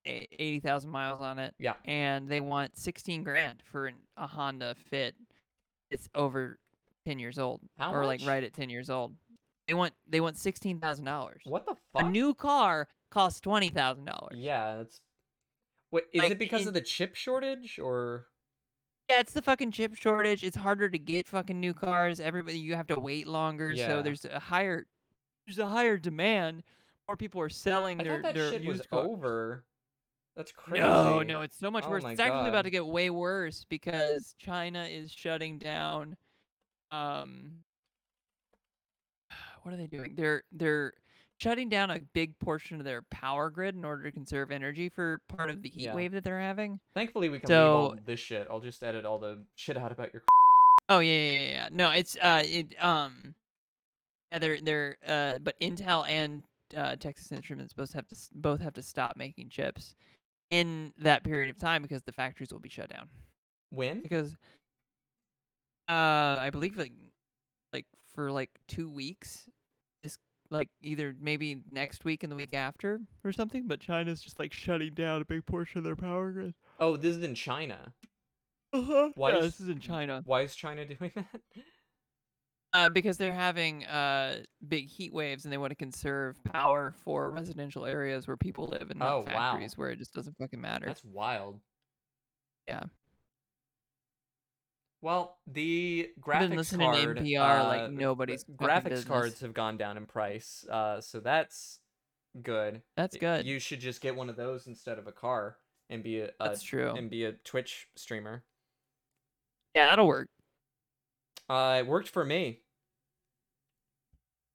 Speaker 1: e- 80,000 miles on it,
Speaker 2: Yeah,
Speaker 1: and they want 16 grand for an, a Honda Fit. It's over 10 years old,
Speaker 2: How
Speaker 1: or
Speaker 2: much?
Speaker 1: like right at 10 years old. They want they want sixteen thousand dollars.
Speaker 2: what the
Speaker 1: A
Speaker 2: fuck?
Speaker 1: new car costs twenty thousand dollars.
Speaker 2: Yeah, that's. Wait, is
Speaker 1: Like,
Speaker 2: it because
Speaker 1: in-
Speaker 2: of the chip shortage or?
Speaker 1: Yeah, it's the fucking chip shortage. It's harder to get fucking new cars. Everybody, you have to wait longer.
Speaker 2: Yeah.
Speaker 1: So there's a higher, there's a higher demand. More people are selling
Speaker 2: I
Speaker 1: their
Speaker 2: thought that
Speaker 1: their
Speaker 2: shit was
Speaker 1: Mm, used cars.
Speaker 2: over. That's crazy.
Speaker 1: No, no, it's so much
Speaker 2: Oh
Speaker 1: worse.
Speaker 2: my
Speaker 1: It's actually
Speaker 2: God.
Speaker 1: about to get way worse because China is shutting down. Um, what are they doing? They're they're shutting down a big portion of their power grid in order to conserve energy for part of the heat
Speaker 2: Yeah.
Speaker 1: wave that they're having.
Speaker 2: Thankfully, we can leave all
Speaker 1: So-
Speaker 2: this shit. I'll just edit all the shit out about your.
Speaker 1: Oh yeah, yeah, yeah, yeah. No, it's uh, it um, yeah, they're they're uh, but Intel and uh, Texas Instruments both have to s- both have to stop making chips in that period of time because the factories will be shut down
Speaker 2: When?
Speaker 1: because uh, I believe like like for like two weeks, this like either maybe next week and the week after or something. But China's just like shutting down a big portion of their power grid.
Speaker 2: Oh, this is in China.
Speaker 1: Uh-huh.
Speaker 2: Why
Speaker 1: yeah,
Speaker 2: is-
Speaker 1: this is in China.
Speaker 2: Why is China doing that?
Speaker 1: uh, because they're having uh, big heat waves and they want to conserve power for residential areas where people live and not
Speaker 2: Oh, wow.
Speaker 1: factories where it just doesn't fucking matter.
Speaker 2: That's wild.
Speaker 1: Yeah.
Speaker 2: Well, the graphics
Speaker 1: I've been listening
Speaker 2: card,
Speaker 1: to NPR
Speaker 2: uh,
Speaker 1: like nobody's fucking
Speaker 2: graphics
Speaker 1: business.
Speaker 2: cards have gone down in price, uh, so that's good.
Speaker 1: That's
Speaker 2: Y-
Speaker 1: good.
Speaker 2: You uh, should just get one of those instead of a car and be a, a
Speaker 1: That's true.
Speaker 2: and be a Twitch streamer.
Speaker 1: yeah, that'll work.
Speaker 2: Uh, it worked for me.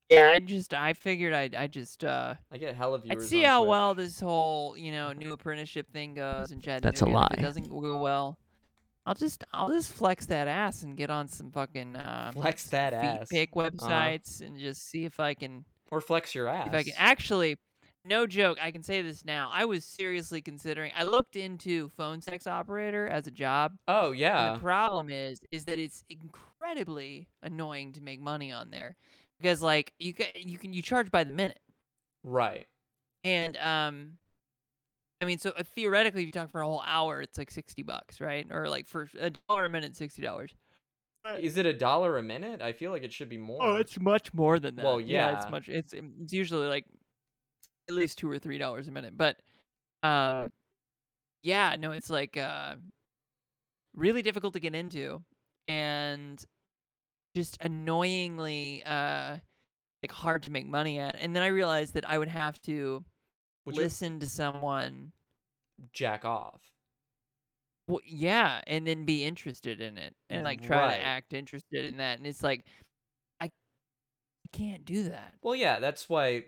Speaker 1: Yeah, I just I figured I I just uh
Speaker 2: I get hella viewers.
Speaker 1: I'd see
Speaker 2: on
Speaker 1: how
Speaker 2: Twitch.
Speaker 1: well this whole you know new apprenticeship thing goes in Chattanooga.
Speaker 2: That's a
Speaker 1: If
Speaker 2: lie.
Speaker 1: it doesn't go well, I'll just I'll just flex that ass and get on some fucking uh,
Speaker 2: flex that
Speaker 1: feet
Speaker 2: ass Uh-huh.
Speaker 1: pick websites and just see if I can
Speaker 2: or flex your ass.
Speaker 1: if I can actually. No joke, I can say this now. I was seriously considering. I looked into phone sex operator as a job.
Speaker 2: oh
Speaker 1: And
Speaker 2: yeah.
Speaker 1: the problem is, is that it's incredibly annoying to make money on there because like you can you can you charge by the minute,
Speaker 2: Right.
Speaker 1: and um, I mean, so uh, theoretically, if you talk for a whole hour, it's like sixty bucks, right? Or like for a dollar a minute, sixty dollars.
Speaker 2: Is it a dollar a minute? I feel like it should be more.
Speaker 1: Oh, it's much more than that.
Speaker 2: Well, yeah.
Speaker 1: it's much. It's um, it's usually like at least two or three dollars a minute. But uh, yeah, no, it's like uh, really difficult to get into, and just annoyingly uh, like hard to make money at. And then I realized that I would have to
Speaker 2: Would you
Speaker 1: listen to someone.
Speaker 2: jack off?
Speaker 1: Well, yeah, and then be interested in it and like try
Speaker 2: Right.
Speaker 1: to act interested in that. And it's like, I, I can't do that.
Speaker 2: Well, yeah, that's why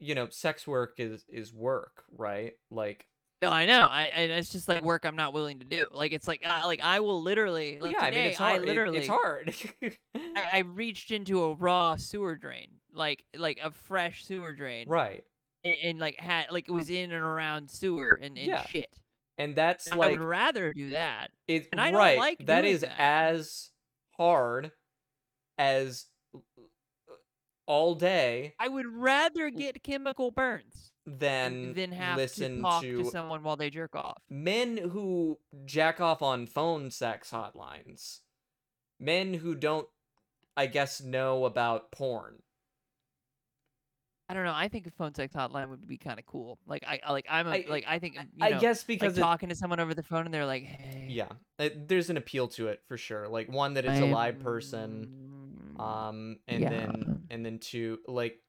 Speaker 2: you know, sex work is is work, right? Like
Speaker 1: No, I know. I and it's just like work I'm not willing to do. Like it's like I like I will literally. Like,
Speaker 2: yeah, I mean
Speaker 1: today,
Speaker 2: it's hard. it-
Speaker 1: literally.
Speaker 2: it's hard.
Speaker 1: I, I reached into a raw sewer drain, like like a fresh sewer drain,
Speaker 2: right.
Speaker 1: and, and, like had like it was in and around sewer and, and
Speaker 2: Yeah,
Speaker 1: shit.
Speaker 2: And that's
Speaker 1: I
Speaker 2: like
Speaker 1: would rather do that.
Speaker 2: it's
Speaker 1: and I don't
Speaker 2: right.
Speaker 1: like
Speaker 2: that
Speaker 1: doing
Speaker 2: is
Speaker 1: that.
Speaker 2: as hard as uh, all day
Speaker 1: I would rather get chemical burns
Speaker 2: than
Speaker 1: than, than have
Speaker 2: listen
Speaker 1: to talk to... someone while they jerk off.
Speaker 2: men who jack off on phone sex hotlines. Men who don't I guess know about porn.
Speaker 1: I don't know. I think a phone sex hotline would be kind of cool. Like I I- like I'm a,
Speaker 2: I-
Speaker 1: like I think Uh, you
Speaker 2: I
Speaker 1: know,
Speaker 2: guess
Speaker 1: like
Speaker 2: because it-
Speaker 1: talking to someone over the phone and they're like, hey,
Speaker 2: yeah it, there's an appeal to it for sure like one that it's a live person
Speaker 1: I'm-
Speaker 2: um and
Speaker 1: yeah.
Speaker 2: then and then two like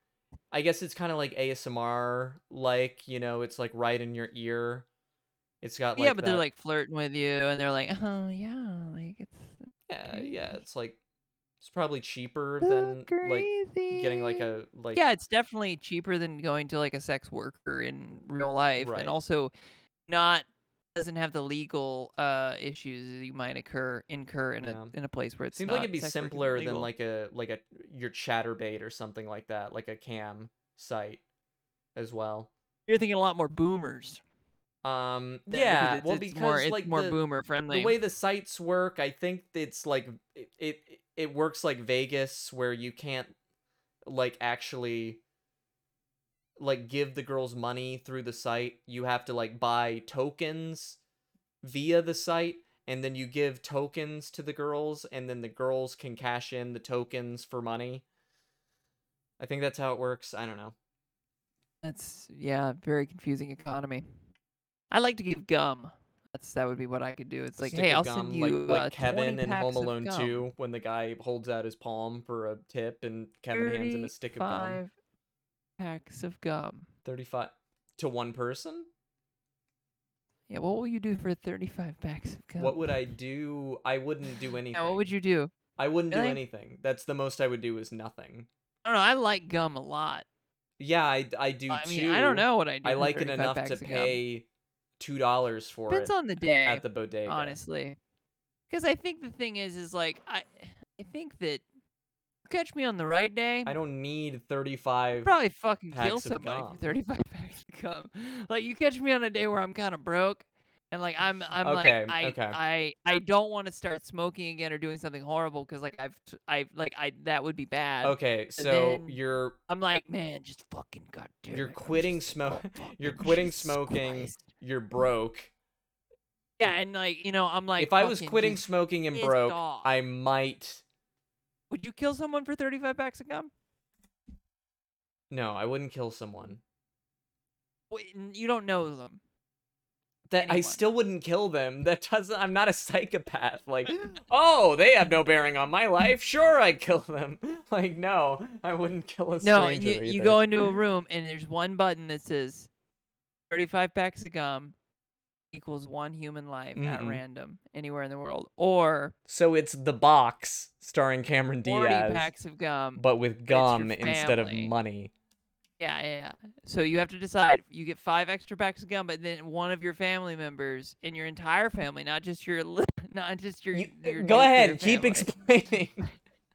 Speaker 2: i guess it's kind of like asmr like you know it's like right in your ear it's got like
Speaker 1: yeah, but they're
Speaker 2: that-
Speaker 1: like flirting with you, and they're like, "Oh yeah, like it's
Speaker 2: yeah, yeah it's like it's probably cheaper
Speaker 1: so
Speaker 2: than like getting like
Speaker 1: crazy."
Speaker 2: a like
Speaker 1: yeah, it's definitely cheaper than going to like a sex worker in real life,
Speaker 2: Right.
Speaker 1: and also not doesn't have the legal uh issues that you might occur incur in
Speaker 2: Yeah.
Speaker 1: a in a place where
Speaker 2: it
Speaker 1: it's
Speaker 2: seems like
Speaker 1: not-
Speaker 2: it'd be
Speaker 1: sex work isn't
Speaker 2: simpler than
Speaker 1: legal.
Speaker 2: like a like a your chatterbait or something like that like a cam site as well
Speaker 1: you're thinking a lot more boomers.
Speaker 2: um
Speaker 1: than-
Speaker 2: yeah
Speaker 1: because
Speaker 2: well
Speaker 1: it's,
Speaker 2: because
Speaker 1: it's more, it's
Speaker 2: like
Speaker 1: more
Speaker 2: the,
Speaker 1: boomer friendly.
Speaker 2: the way the sites work i think it's like it, it it works like vegas where you can't like actually like give the girls money through the site you have to like buy tokens via the site and then you give tokens to the girls and then the girls can cash in the tokens for money i think that's how it works i don't know
Speaker 1: That's yeah, very confusing economy. I like to give gum. That's that would be what I could do. It's like,
Speaker 2: Stick
Speaker 1: hey,
Speaker 2: of
Speaker 1: I'll
Speaker 2: gum,
Speaker 1: send you
Speaker 2: like, like
Speaker 1: uh,
Speaker 2: Kevin
Speaker 1: 20
Speaker 2: in Home
Speaker 1: packs of
Speaker 2: Alone
Speaker 1: gum.
Speaker 2: 2 when the guy holds out his palm for a tip and Kevin hands him a stick of gum.
Speaker 1: 35 Packs of gum.
Speaker 2: 35 to one person?
Speaker 1: Yeah, what will you do for 35 packs of gum?
Speaker 2: What would I do? I wouldn't do anything.
Speaker 1: Yeah, what would you do?
Speaker 2: I wouldn't do
Speaker 1: Really?
Speaker 2: anything. That's the most I would do is nothing.
Speaker 1: I don't know. I like gum a lot.
Speaker 2: Yeah, I I do
Speaker 1: I
Speaker 2: too.
Speaker 1: mean, I don't know what I do.
Speaker 2: I
Speaker 1: with
Speaker 2: like it
Speaker 1: 35
Speaker 2: enough
Speaker 1: packs
Speaker 2: to
Speaker 1: of gum.
Speaker 2: pay $2 for
Speaker 1: Depends
Speaker 2: it
Speaker 1: on the day.
Speaker 2: at the bodega.
Speaker 1: honestly. Because I think the thing is, is like I, I think that catch me on the right day.
Speaker 2: I don't need 35
Speaker 1: probably fucking kill
Speaker 2: packs of
Speaker 1: somebody for
Speaker 2: gum.
Speaker 1: 35 packs of gum. Like you catch me on a day where I'm kind of broke and like I'm I'm
Speaker 2: Okay,
Speaker 1: like I
Speaker 2: okay.
Speaker 1: I I don't want to start smoking again or doing something horrible cuz like I've t- I've like I that would be bad.
Speaker 2: Okay, so
Speaker 1: then-
Speaker 2: you're
Speaker 1: I'm like, man, just fucking goddamn.
Speaker 2: You're quitting smoke. You're quitting smoking. you're broke.
Speaker 1: Yeah, and like, you know, I'm like
Speaker 2: if I was
Speaker 1: fucking
Speaker 2: quitting
Speaker 1: just
Speaker 2: smoking and
Speaker 1: pissed
Speaker 2: broke,
Speaker 1: off.
Speaker 2: I might
Speaker 1: Would you kill someone for 35 packs of gum?
Speaker 2: No, I wouldn't kill someone.
Speaker 1: Wait, n- You don't know them.
Speaker 2: That I
Speaker 1: Anyone.
Speaker 2: still wouldn't kill them. That doesn't. I'm not a psychopath. Like, oh, they have no bearing on my life. Sure, I kill them. Like, no, I wouldn't kill a
Speaker 1: No,
Speaker 2: stranger.
Speaker 1: you, you
Speaker 2: either.
Speaker 1: go into a room and there's one button that says 35 packs of gum equals one human life at
Speaker 2: Mm-mm.
Speaker 1: random anywhere in the world or
Speaker 2: So it's the box starring Cameron
Speaker 1: 40
Speaker 2: Diaz,
Speaker 1: packs of gum.
Speaker 2: but with
Speaker 1: your
Speaker 2: gum instead of
Speaker 1: family.
Speaker 2: money.
Speaker 1: Yeah, yeah, yeah. So you have to decide. You get five extra packs of gum, but then one of your family members and your entire family, not just your, li- not just your.
Speaker 2: You-
Speaker 1: your
Speaker 2: go
Speaker 1: nuclear
Speaker 2: ahead, keep
Speaker 1: family.
Speaker 2: explaining.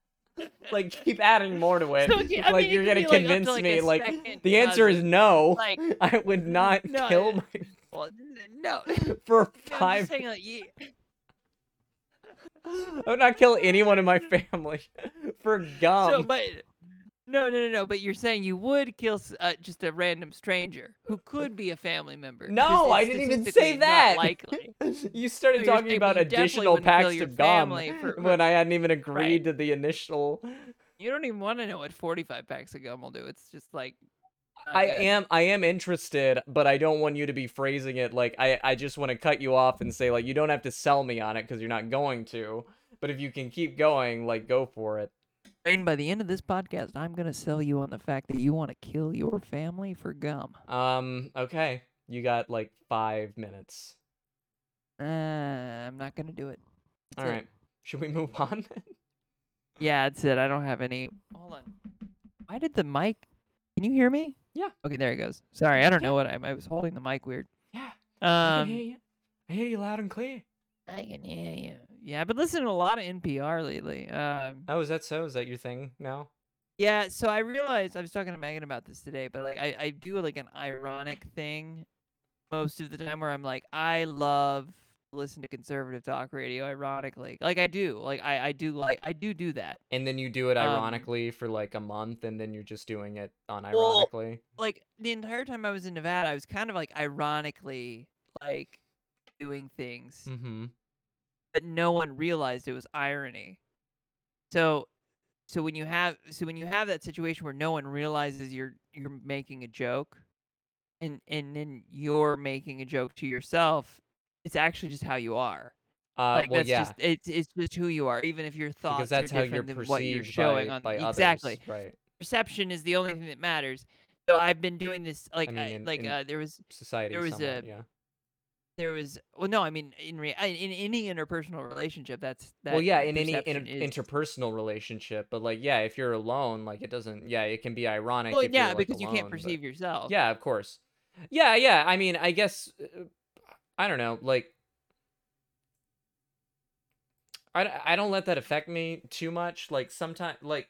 Speaker 2: like, keep adding more to it.
Speaker 1: So, yeah, I
Speaker 2: like
Speaker 1: mean, it
Speaker 2: you're
Speaker 1: could
Speaker 2: gonna
Speaker 1: be, like, up to,
Speaker 2: convince
Speaker 1: like, a
Speaker 2: me. Like
Speaker 1: second
Speaker 2: the answer is
Speaker 1: cousin.
Speaker 2: no.
Speaker 1: Like,
Speaker 2: I would not
Speaker 1: no,
Speaker 2: kill
Speaker 1: yeah.
Speaker 2: my
Speaker 1: well, n- n- no.
Speaker 2: for
Speaker 1: I'm just
Speaker 2: five.
Speaker 1: saying, like, you,
Speaker 2: I would not kill anyone in my family for gum.
Speaker 1: so, but no, no, no, no. But you're saying you would kill s- uh, just a random stranger who could be a family member. 'cause
Speaker 2: No,
Speaker 1: it's
Speaker 2: I didn't even say
Speaker 1: statistically not
Speaker 2: that.
Speaker 1: Likely.
Speaker 2: you started
Speaker 1: you're
Speaker 2: talking
Speaker 1: saying
Speaker 2: about
Speaker 1: you definitely
Speaker 2: additional
Speaker 1: wouldn't kill
Speaker 2: packs
Speaker 1: your
Speaker 2: of gum
Speaker 1: family for-
Speaker 2: when I hadn't even agreed
Speaker 1: Right.
Speaker 2: to the initial.
Speaker 1: You don't even want to know what 45 packs of gum will do. It's just like. not
Speaker 2: I
Speaker 1: good.
Speaker 2: am I am interested, but I don't want you to be phrasing it like I I just want to cut you off and say like you don't have to sell me on it because you're not going to. But if you can keep going, like go for it.
Speaker 1: And by the end of this podcast, I'm going to sell you on the fact that you want to kill your family for gum.
Speaker 2: Um, okay, you got like five minutes.
Speaker 1: Uh, I'm not going to do it.
Speaker 2: All
Speaker 1: That's
Speaker 2: right,
Speaker 1: it.
Speaker 2: should we move on?
Speaker 1: Yeah, that's it. I don't have any. Hold on. Why did the mic. Can you hear me?
Speaker 2: Yeah.
Speaker 1: Okay, there it goes. Sorry, I don't
Speaker 2: Yeah.
Speaker 1: know what I'm. I was holding the mic weird.
Speaker 2: yeah, I can hear
Speaker 1: Um,
Speaker 2: you. I hear you loud and clear.
Speaker 1: I can hear you. Yeah, I've been listening to a lot of NPR lately. Um,
Speaker 2: Oh, is that so? Is that your thing now?
Speaker 1: Yeah, so I realized I was talking to Megan about this today, but like I, I do like an ironic thing most of the time where I'm like, I love to listen to conservative talk radio, ironically. Like I do. Like I, I do like I do do that.
Speaker 2: And then you do it
Speaker 1: Um,
Speaker 2: ironically for like a month, and then you're just doing it on
Speaker 1: Well,
Speaker 2: ironically.
Speaker 1: Like the entire time I was in Nevada, I was kind of like ironically like doing things
Speaker 2: mm-hmm.
Speaker 1: but no one realized it was irony. So so when you have so when you have that situation where no one realizes you're you're making a joke and and then you're making a joke to yourself, it's actually just how you are.
Speaker 2: Uh,
Speaker 1: like
Speaker 2: well,
Speaker 1: that's
Speaker 2: yeah.
Speaker 1: just it's it's just who you are, even if your thoughts
Speaker 2: because that's
Speaker 1: are
Speaker 2: how
Speaker 1: different than
Speaker 2: you're perceived
Speaker 1: what you're showing
Speaker 2: by,
Speaker 1: on
Speaker 2: by
Speaker 1: exactly.
Speaker 2: others, right?
Speaker 1: Perception is the only thing that matters. So I've been doing this like
Speaker 2: mean,
Speaker 1: uh,
Speaker 2: in-
Speaker 1: like
Speaker 2: in-
Speaker 1: uh, there was
Speaker 2: Society.
Speaker 1: There was
Speaker 2: somewhat,
Speaker 1: a-
Speaker 2: yeah.
Speaker 1: there was well no I mean in rea- in, in any interpersonal relationship that's that
Speaker 2: well, yeah, in any
Speaker 1: perception
Speaker 2: inter-
Speaker 1: is-
Speaker 2: interpersonal relationship, but like, yeah, if you're alone, like, it doesn't. Yeah, it can be ironic.
Speaker 1: well
Speaker 2: if
Speaker 1: yeah
Speaker 2: you're, like,
Speaker 1: because you
Speaker 2: alone,
Speaker 1: can't
Speaker 2: but-
Speaker 1: perceive yourself
Speaker 2: Yeah, of course. Yeah, yeah. I mean, I guess uh, I don't know. Like, I d- I don't let that affect me too much. Like sometimes, like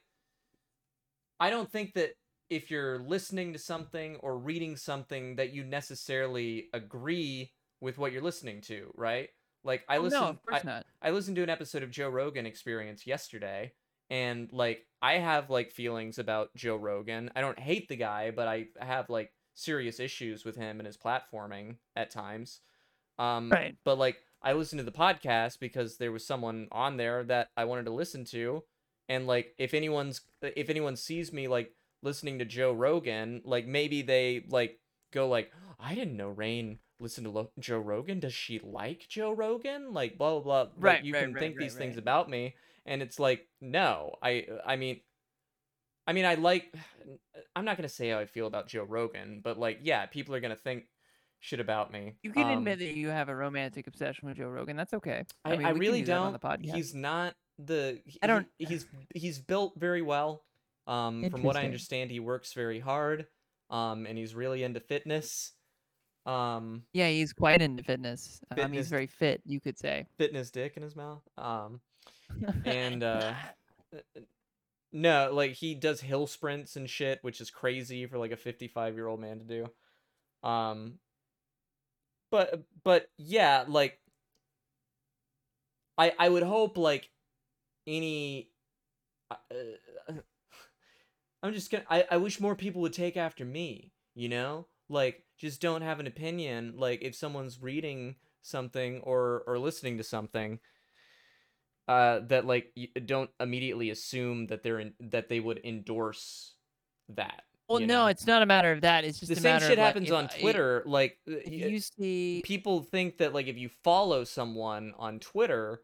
Speaker 2: I don't think that if you're listening to something or reading something that you necessarily agree with what you're listening to, right? Like I
Speaker 1: Oh,
Speaker 2: listen.
Speaker 1: no, of course
Speaker 2: I-
Speaker 1: not.
Speaker 2: I listened to an episode of Joe Rogan Experience yesterday, and like I have like feelings about Joe Rogan. I don't hate the guy, but I have like serious issues with him and his platforming at times. Um,
Speaker 1: Right.
Speaker 2: But like I listened to the podcast because there was someone on there that I wanted to listen to, and like if anyone's if anyone sees me like listening to Joe Rogan, like maybe they like go like I didn't know Rain listened to Lo- Joe Rogan. Does she like Joe Rogan? Like blah blah blah. Like,
Speaker 1: Right,
Speaker 2: you
Speaker 1: right,
Speaker 2: can
Speaker 1: right,
Speaker 2: think
Speaker 1: right,
Speaker 2: these things
Speaker 1: right.
Speaker 2: about me, and it's like no. I I mean, I mean I like. I'm not gonna say how I feel about Joe Rogan, but like yeah, people are gonna think shit about me.
Speaker 1: You can
Speaker 2: Um,
Speaker 1: admit that you have a romantic obsession with Joe Rogan. That's okay.
Speaker 2: I,
Speaker 1: mean, we
Speaker 2: I
Speaker 1: can
Speaker 2: really
Speaker 1: do that
Speaker 2: don't.
Speaker 1: on the podcast.
Speaker 2: He's not the. he-
Speaker 1: I don't-
Speaker 2: he- he's he's built very well. Um, from what I
Speaker 1: Interesting.
Speaker 2: understand, he works very hard. Um, and he's really into fitness. Um,
Speaker 1: yeah, he's quite into fitness. Um,
Speaker 2: Fitness.
Speaker 1: he's very fit, you could say.
Speaker 2: fitness dick in his mouth. Um, and uh, no, like he does hill sprints and shit, which is crazy for like a 55 year old man to do. Um, but but yeah, like I I would hope like any. Uh, I'm just gonna. I I wish more people would take after me. You know, like just don't have an opinion. Like if someone's reading something or or listening to something uh, that like you don't immediately assume that they're in, that they would endorse that.
Speaker 1: Well,
Speaker 2: you
Speaker 1: no,
Speaker 2: know?
Speaker 1: it's not a matter of that. It's just
Speaker 2: the
Speaker 1: a
Speaker 2: same
Speaker 1: matter
Speaker 2: shit
Speaker 1: of, like,
Speaker 2: happens
Speaker 1: if
Speaker 2: on
Speaker 1: I-
Speaker 2: Twitter. like
Speaker 1: if
Speaker 2: uh,
Speaker 1: you see,
Speaker 2: people think that like if you follow someone on Twitter,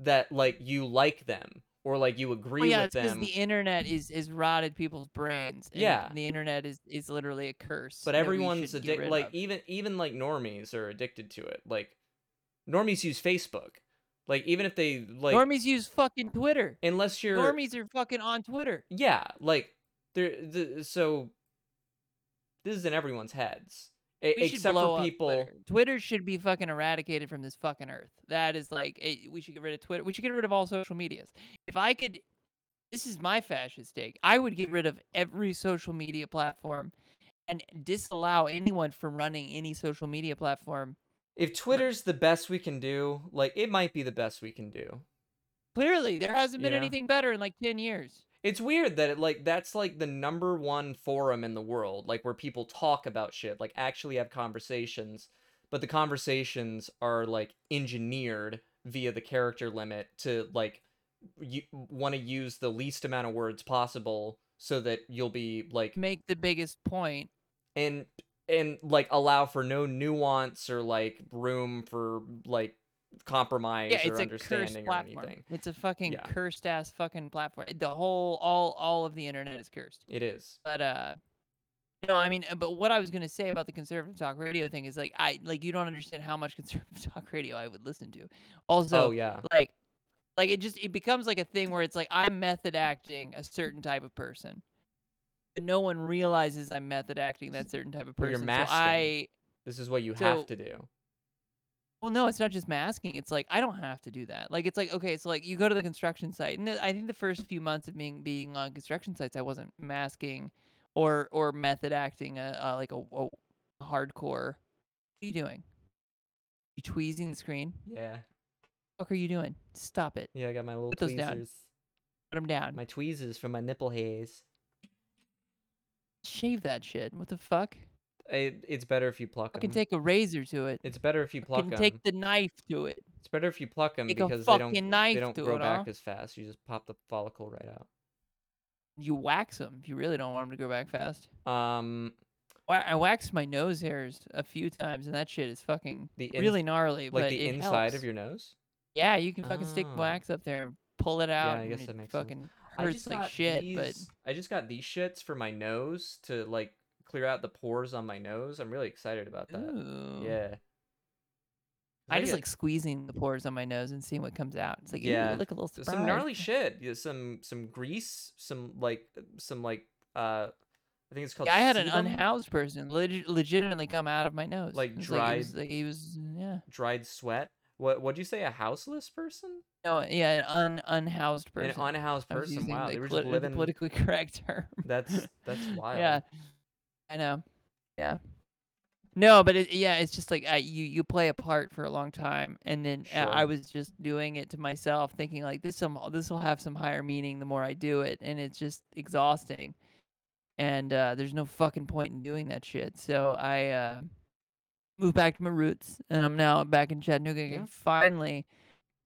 Speaker 2: that like you like them or like you agree
Speaker 1: well, Oh, yeah,
Speaker 2: with
Speaker 1: it's because
Speaker 2: them.
Speaker 1: the internet is is rotted people's brains. and
Speaker 2: Yeah.
Speaker 1: the internet is is literally a curse.
Speaker 2: but
Speaker 1: that we
Speaker 2: everyone's
Speaker 1: should get rid
Speaker 2: addicted. Like e,
Speaker 1: of.
Speaker 2: even even like normies are addicted to it. Like normies use Facebook. Like even if they like
Speaker 1: normies use fucking Twitter.
Speaker 2: unless you're
Speaker 1: Normies are fucking on Twitter.
Speaker 2: yeah like there the, so this is in everyone's heads e-
Speaker 1: We should
Speaker 2: except
Speaker 1: blow
Speaker 2: for
Speaker 1: up
Speaker 2: people
Speaker 1: Twitter. Twitter should be fucking eradicated from this fucking earth. That is like it, we should get rid of Twitter. We should get rid of all social medias. If I could, this is my fascist take. I would get rid of every social media platform and disallow anyone from running any social media platform.
Speaker 2: if Twitter's the best we can do like it might be the best we can do
Speaker 1: Clearly, there hasn't been
Speaker 2: Yeah.
Speaker 1: anything better in like ten years.
Speaker 2: It's weird that it like that's like the number one forum in the world, like where people talk about shit, like actually have conversations, but the conversations are like engineered via the character limit to like you want to use the least amount of words possible so that you'll be like
Speaker 1: Make the biggest point.
Speaker 2: and and like allow for no nuance or like room for like compromise
Speaker 1: Yeah,
Speaker 2: or
Speaker 1: it's a cursed
Speaker 2: understanding or
Speaker 1: platform.
Speaker 2: anything.
Speaker 1: It's a fucking
Speaker 2: Yeah.
Speaker 1: cursed ass fucking platform. The whole, all, all of the internet is cursed.
Speaker 2: It is.
Speaker 1: but uh no i mean uh, but what i was going to say about the conservative talk radio thing is like i like you don't understand how much conservative talk radio i would listen to also
Speaker 2: oh yeah.
Speaker 1: like like it just it becomes like a thing where it's like i'm method acting a certain type of person but no one realizes i'm method acting that certain type of
Speaker 2: Well,
Speaker 1: person
Speaker 2: you're
Speaker 1: so i
Speaker 2: masking. This is what you have
Speaker 1: so-
Speaker 2: to do.
Speaker 1: well no it's not just masking it's like i don't have to do that like it's like okay so like you go to the construction site and th- i think the first few months of being being on construction sites i wasn't masking or or method acting a, a like a, a hardcore what are you doing you tweezing the screen
Speaker 2: Yeah.
Speaker 1: what are you doing stop it
Speaker 2: Yeah, I got my little
Speaker 1: Put those down.
Speaker 2: tweezers.
Speaker 1: put them down
Speaker 2: My tweezers for my nipple hairs.
Speaker 1: shave that shit what the fuck
Speaker 2: It, it's better if you pluck
Speaker 1: i
Speaker 2: them.
Speaker 1: can take a razor to it
Speaker 2: it's better if you
Speaker 1: I
Speaker 2: pluck
Speaker 1: can
Speaker 2: them.
Speaker 1: take the knife to it
Speaker 2: it's better if you pluck them
Speaker 1: take a
Speaker 2: Mm, because they don't
Speaker 1: fucking knife
Speaker 2: they don't
Speaker 1: to
Speaker 2: grow
Speaker 1: it,
Speaker 2: back
Speaker 1: huh?
Speaker 2: as fast. You just pop the follicle right
Speaker 1: you wax them if you really don't want them to grow back fast
Speaker 2: out. Um,
Speaker 1: Wa- I waxed my nose hairs a few times, and that shit is fucking
Speaker 2: the ins-
Speaker 1: really gnarly.
Speaker 2: like
Speaker 1: but
Speaker 2: the
Speaker 1: it
Speaker 2: inside
Speaker 1: helps.
Speaker 2: of your nose.
Speaker 1: yeah, you can fucking stick
Speaker 2: Ah.
Speaker 1: wax up there and pull it out.
Speaker 2: I
Speaker 1: and
Speaker 2: guess
Speaker 1: it
Speaker 2: that makes sense.
Speaker 1: fucking
Speaker 2: I
Speaker 1: hurts
Speaker 2: just
Speaker 1: like
Speaker 2: got
Speaker 1: shit. But
Speaker 2: these- I just got these shits for my nose to like clear out the pores on my nose. I'm really excited about that.
Speaker 1: Ooh.
Speaker 2: Uh, Yeah. 'Cause
Speaker 1: I just
Speaker 2: get-
Speaker 1: like squeezing the pores on my nose and seeing what comes out. It's like yeah,
Speaker 2: Yeah.
Speaker 1: look a little surprised.
Speaker 2: some gnarly shit. Yeah, some some grease, some like some like uh I think it's called
Speaker 1: Yeah, I had an
Speaker 2: sebum?
Speaker 1: unhoused person leg- legitimately come out of my nose.
Speaker 2: Like
Speaker 1: It's
Speaker 2: dried-
Speaker 1: Like, it was, like, he was yeah.
Speaker 2: dried sweat. What what'd you say? A houseless person?
Speaker 1: No, yeah, an un- unhoused person.
Speaker 2: An unhoused
Speaker 1: I was
Speaker 2: person.
Speaker 1: using,
Speaker 2: Wow,
Speaker 1: like,
Speaker 2: they were
Speaker 1: polit-
Speaker 2: just
Speaker 1: the
Speaker 2: living.
Speaker 1: politically correct term.
Speaker 2: That's that's wild.
Speaker 1: Yeah, I know. Yeah. No, but it, yeah, it's just like I, you you play a part for a long time, and then uh, I
Speaker 2: Sure.
Speaker 1: was just doing it to myself, thinking like this some this will have some higher meaning the more I do it, and it's just exhausting, and uh, there's no fucking point in doing that shit. So I uh, moved back to my roots, and I'm now back in Chattanooga. I
Speaker 2: Yeah.
Speaker 1: can finally,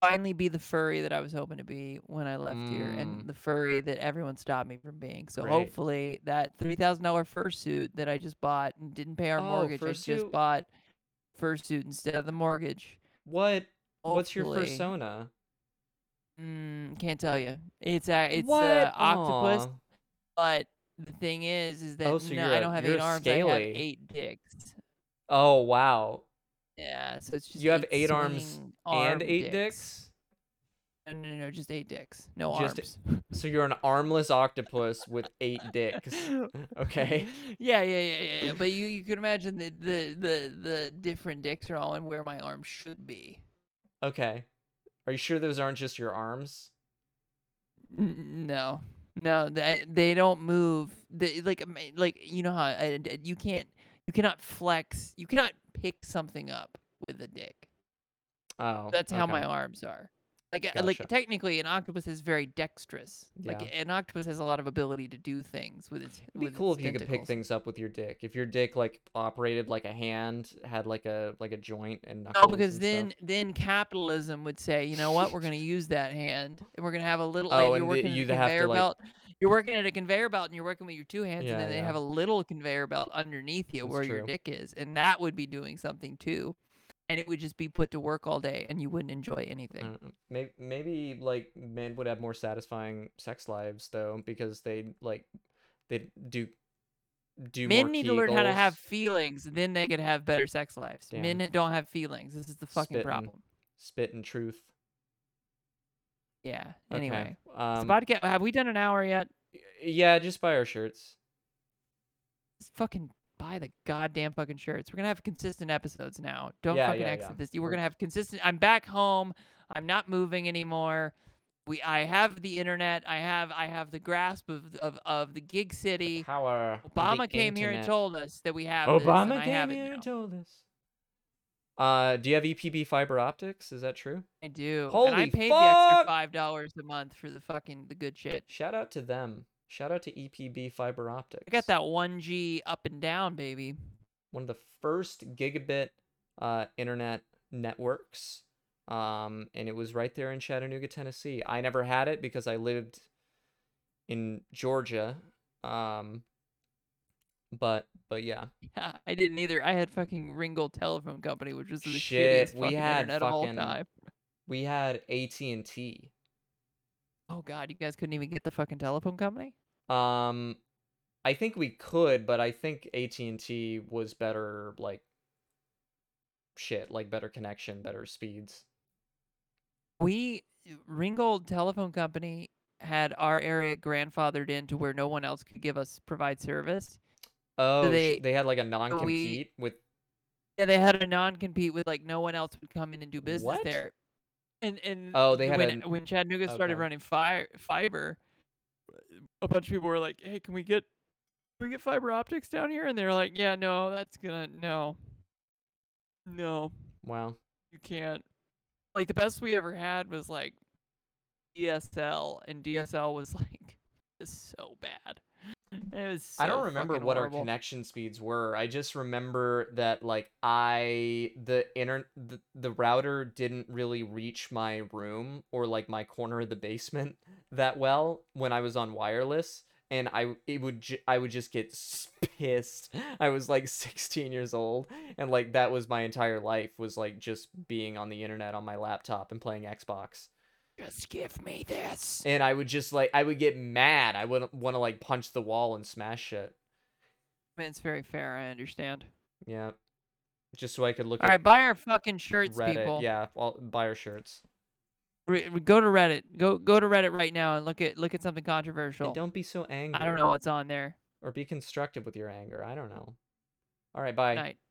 Speaker 1: finally be the furry that I was hoping to be when I left here,
Speaker 2: Mm.
Speaker 1: and the furry that everyone stopped me from being. So
Speaker 2: Right.
Speaker 1: hopefully that three thousand dollar fursuit that I just bought and didn't pay our
Speaker 2: Oh,
Speaker 1: mortgage, I
Speaker 2: fursuit.
Speaker 1: just bought fursuit instead of the mortgage.
Speaker 2: What what's your
Speaker 1: Hopefully-
Speaker 2: persona?
Speaker 1: Mm, can't tell you. It's a it's
Speaker 2: what?
Speaker 1: a octopus,
Speaker 2: Aw.
Speaker 1: but the thing is, is that
Speaker 2: Oh, so
Speaker 1: no,
Speaker 2: you're
Speaker 1: I
Speaker 2: a-
Speaker 1: don't have
Speaker 2: you're
Speaker 1: eight
Speaker 2: a
Speaker 1: arms. I have
Speaker 2: scaly.
Speaker 1: eight dicks.
Speaker 2: Oh wow.
Speaker 1: Yeah, so it's just
Speaker 2: You have eight arms
Speaker 1: swinging arm
Speaker 2: and eight dicks?
Speaker 1: No, no, no, just eight dicks. No
Speaker 2: Just
Speaker 1: arms.
Speaker 2: So you're an armless octopus with eight dicks. Okay.
Speaker 1: Mm-hmm. Yeah, yeah, yeah, yeah, yeah. But you, you could imagine the, the the the different dicks are all in where my arm should be.
Speaker 2: Okay. Are you sure those aren't just your arms?
Speaker 1: N- No, no, they, they don't move. They, like um, eh, like you know how I, I- you can't you cannot flex. You cannot pick something up with a dick.
Speaker 2: Oh.
Speaker 1: That's how
Speaker 2: okay.
Speaker 1: my arms are. Like, uh, like
Speaker 2: Gotcha.
Speaker 1: technically, an octopus is very dexterous. Like
Speaker 2: Yeah.
Speaker 1: an octopus has a lot of ability to do things with its.
Speaker 2: It'd be
Speaker 1: with
Speaker 2: cool if
Speaker 1: its
Speaker 2: you could pick
Speaker 1: tentacles.
Speaker 2: things up with your dick. If your dick like operated like a hand, had like a like a joint and
Speaker 1: No,
Speaker 2: knuckles.
Speaker 1: Oh, because
Speaker 2: and stuff.
Speaker 1: then then capitalism would say, you know what, we're going to use that hand, and we're going to have a little.
Speaker 2: Oh,
Speaker 1: like,
Speaker 2: and the-
Speaker 1: you're working at
Speaker 2: you'd
Speaker 1: a
Speaker 2: have to,
Speaker 1: conveyor
Speaker 2: like-
Speaker 1: belt. You're working at a conveyor belt, and you're working with your two hands,
Speaker 2: Yeah,
Speaker 1: and then they
Speaker 2: yeah.
Speaker 1: have a little conveyor belt underneath you
Speaker 2: That's
Speaker 1: where your
Speaker 2: true.
Speaker 1: dick is, and that would be doing something too, and it would just be put to work all day, and you wouldn't enjoy anything.
Speaker 2: Mm, maybe maybe like men would have more satisfying sex lives though because they like they do do more
Speaker 1: Men need to learn how to have
Speaker 2: Kegels.
Speaker 1: feelings, then they could have better sex lives.
Speaker 2: Damn.
Speaker 1: Men don't have feelings. This is the fucking
Speaker 2: Spittin'.
Speaker 1: problem.
Speaker 2: spit and truth.
Speaker 1: Yeah.
Speaker 2: Okay,
Speaker 1: Anyway,
Speaker 2: um,
Speaker 1: this podcast. Have we done an hour yet?
Speaker 2: y- yeah, just buy our shirts.
Speaker 1: Just fucking buy the goddamn fucking shirts. We're gonna have consistent episodes now. Don't
Speaker 2: Yeah,
Speaker 1: fucking
Speaker 2: yeah,
Speaker 1: exit
Speaker 2: yeah.
Speaker 1: this. We're
Speaker 2: We're-
Speaker 1: gonna have consistent. I'm back home. I'm not moving anymore. We. I have the internet. I have. I have the grasp of of, of the gig city.
Speaker 2: Power. of the
Speaker 1: Obama came here and
Speaker 2: internet.
Speaker 1: told us that we have. this, and
Speaker 2: Obama
Speaker 1: I
Speaker 2: came
Speaker 1: have it
Speaker 2: here and
Speaker 1: now.
Speaker 2: told us. Uh, do you have EPB fiber optics? Is that true?
Speaker 1: I do. and I
Speaker 2: Holy
Speaker 1: paid the extra
Speaker 2: fuck!
Speaker 1: five dollars a month for the fucking the good shit.
Speaker 2: Shout out to them. Shout out to EPB fiber optics.
Speaker 1: I got that one G up and down, baby.
Speaker 2: one of the first gigabit uh, internet networks. Um, and it was right there in Chattanooga, Tennessee. I never had it because I lived in Georgia. Um, but but yeah,
Speaker 1: Yeah, I didn't either. I had fucking Ringgold Telephone Company, which was the
Speaker 2: Shit,
Speaker 1: shittiest
Speaker 2: we
Speaker 1: fucking
Speaker 2: had
Speaker 1: internet of all
Speaker 2: fucking-
Speaker 1: time.
Speaker 2: we had AT and T.
Speaker 1: Oh god, you guys couldn't even get the fucking telephone company.
Speaker 2: Um, I think we could, but I think AT and T was better. Like shit, like better connection, better speeds.
Speaker 1: We Ringgold Telephone Company had our area grandfathered in to where no one else could give us provide service.
Speaker 2: Oh, sh-
Speaker 1: they-
Speaker 2: they had like a non compete with
Speaker 1: Yeah, they had a non compete with like no one else would come in and do business
Speaker 2: What?
Speaker 1: there. And and
Speaker 2: Oh, they had
Speaker 1: when
Speaker 2: a-
Speaker 1: when Chattanooga started
Speaker 2: okay.
Speaker 1: running fire fiber, a bunch of people were like, "Hey, can we get can we get fiber optics down here?" And they're like, "Yeah, no, that's gonna no, no,
Speaker 2: wow.
Speaker 1: you can't." Like the best we ever had was like DSL, and DSL was like just so bad. It was.
Speaker 2: I don't
Speaker 1: so
Speaker 2: remember
Speaker 1: fucking
Speaker 2: what our
Speaker 1: horrible.
Speaker 2: connection speeds were. I just remember that like I the inter the, the router didn't really reach my room or like my corner of the basement that well when I was on wireless and I it would ju- I would just get s- pissed. I was like 16 years old and like that was my entire life was like just being on the internet on my laptop and playing Xbox.
Speaker 1: Just give me this.
Speaker 2: And I would just like I would get mad. I wouldn't want to like punch the wall and smash shit.
Speaker 1: I mean, It's very fair. I understand.
Speaker 2: Yeah. Just so I could look
Speaker 1: All
Speaker 2: at
Speaker 1: right, buy our fucking shirts,
Speaker 2: Reddit.
Speaker 1: people.
Speaker 2: Yeah, well, buy our shirts.
Speaker 1: Re- re- go to Reddit. Go go to Reddit right now and look at look at something controversial.
Speaker 2: And don't be so angry.
Speaker 1: I don't know what's on there.
Speaker 2: Or be constructive with your anger. I don't know. All right, bye.
Speaker 1: Night.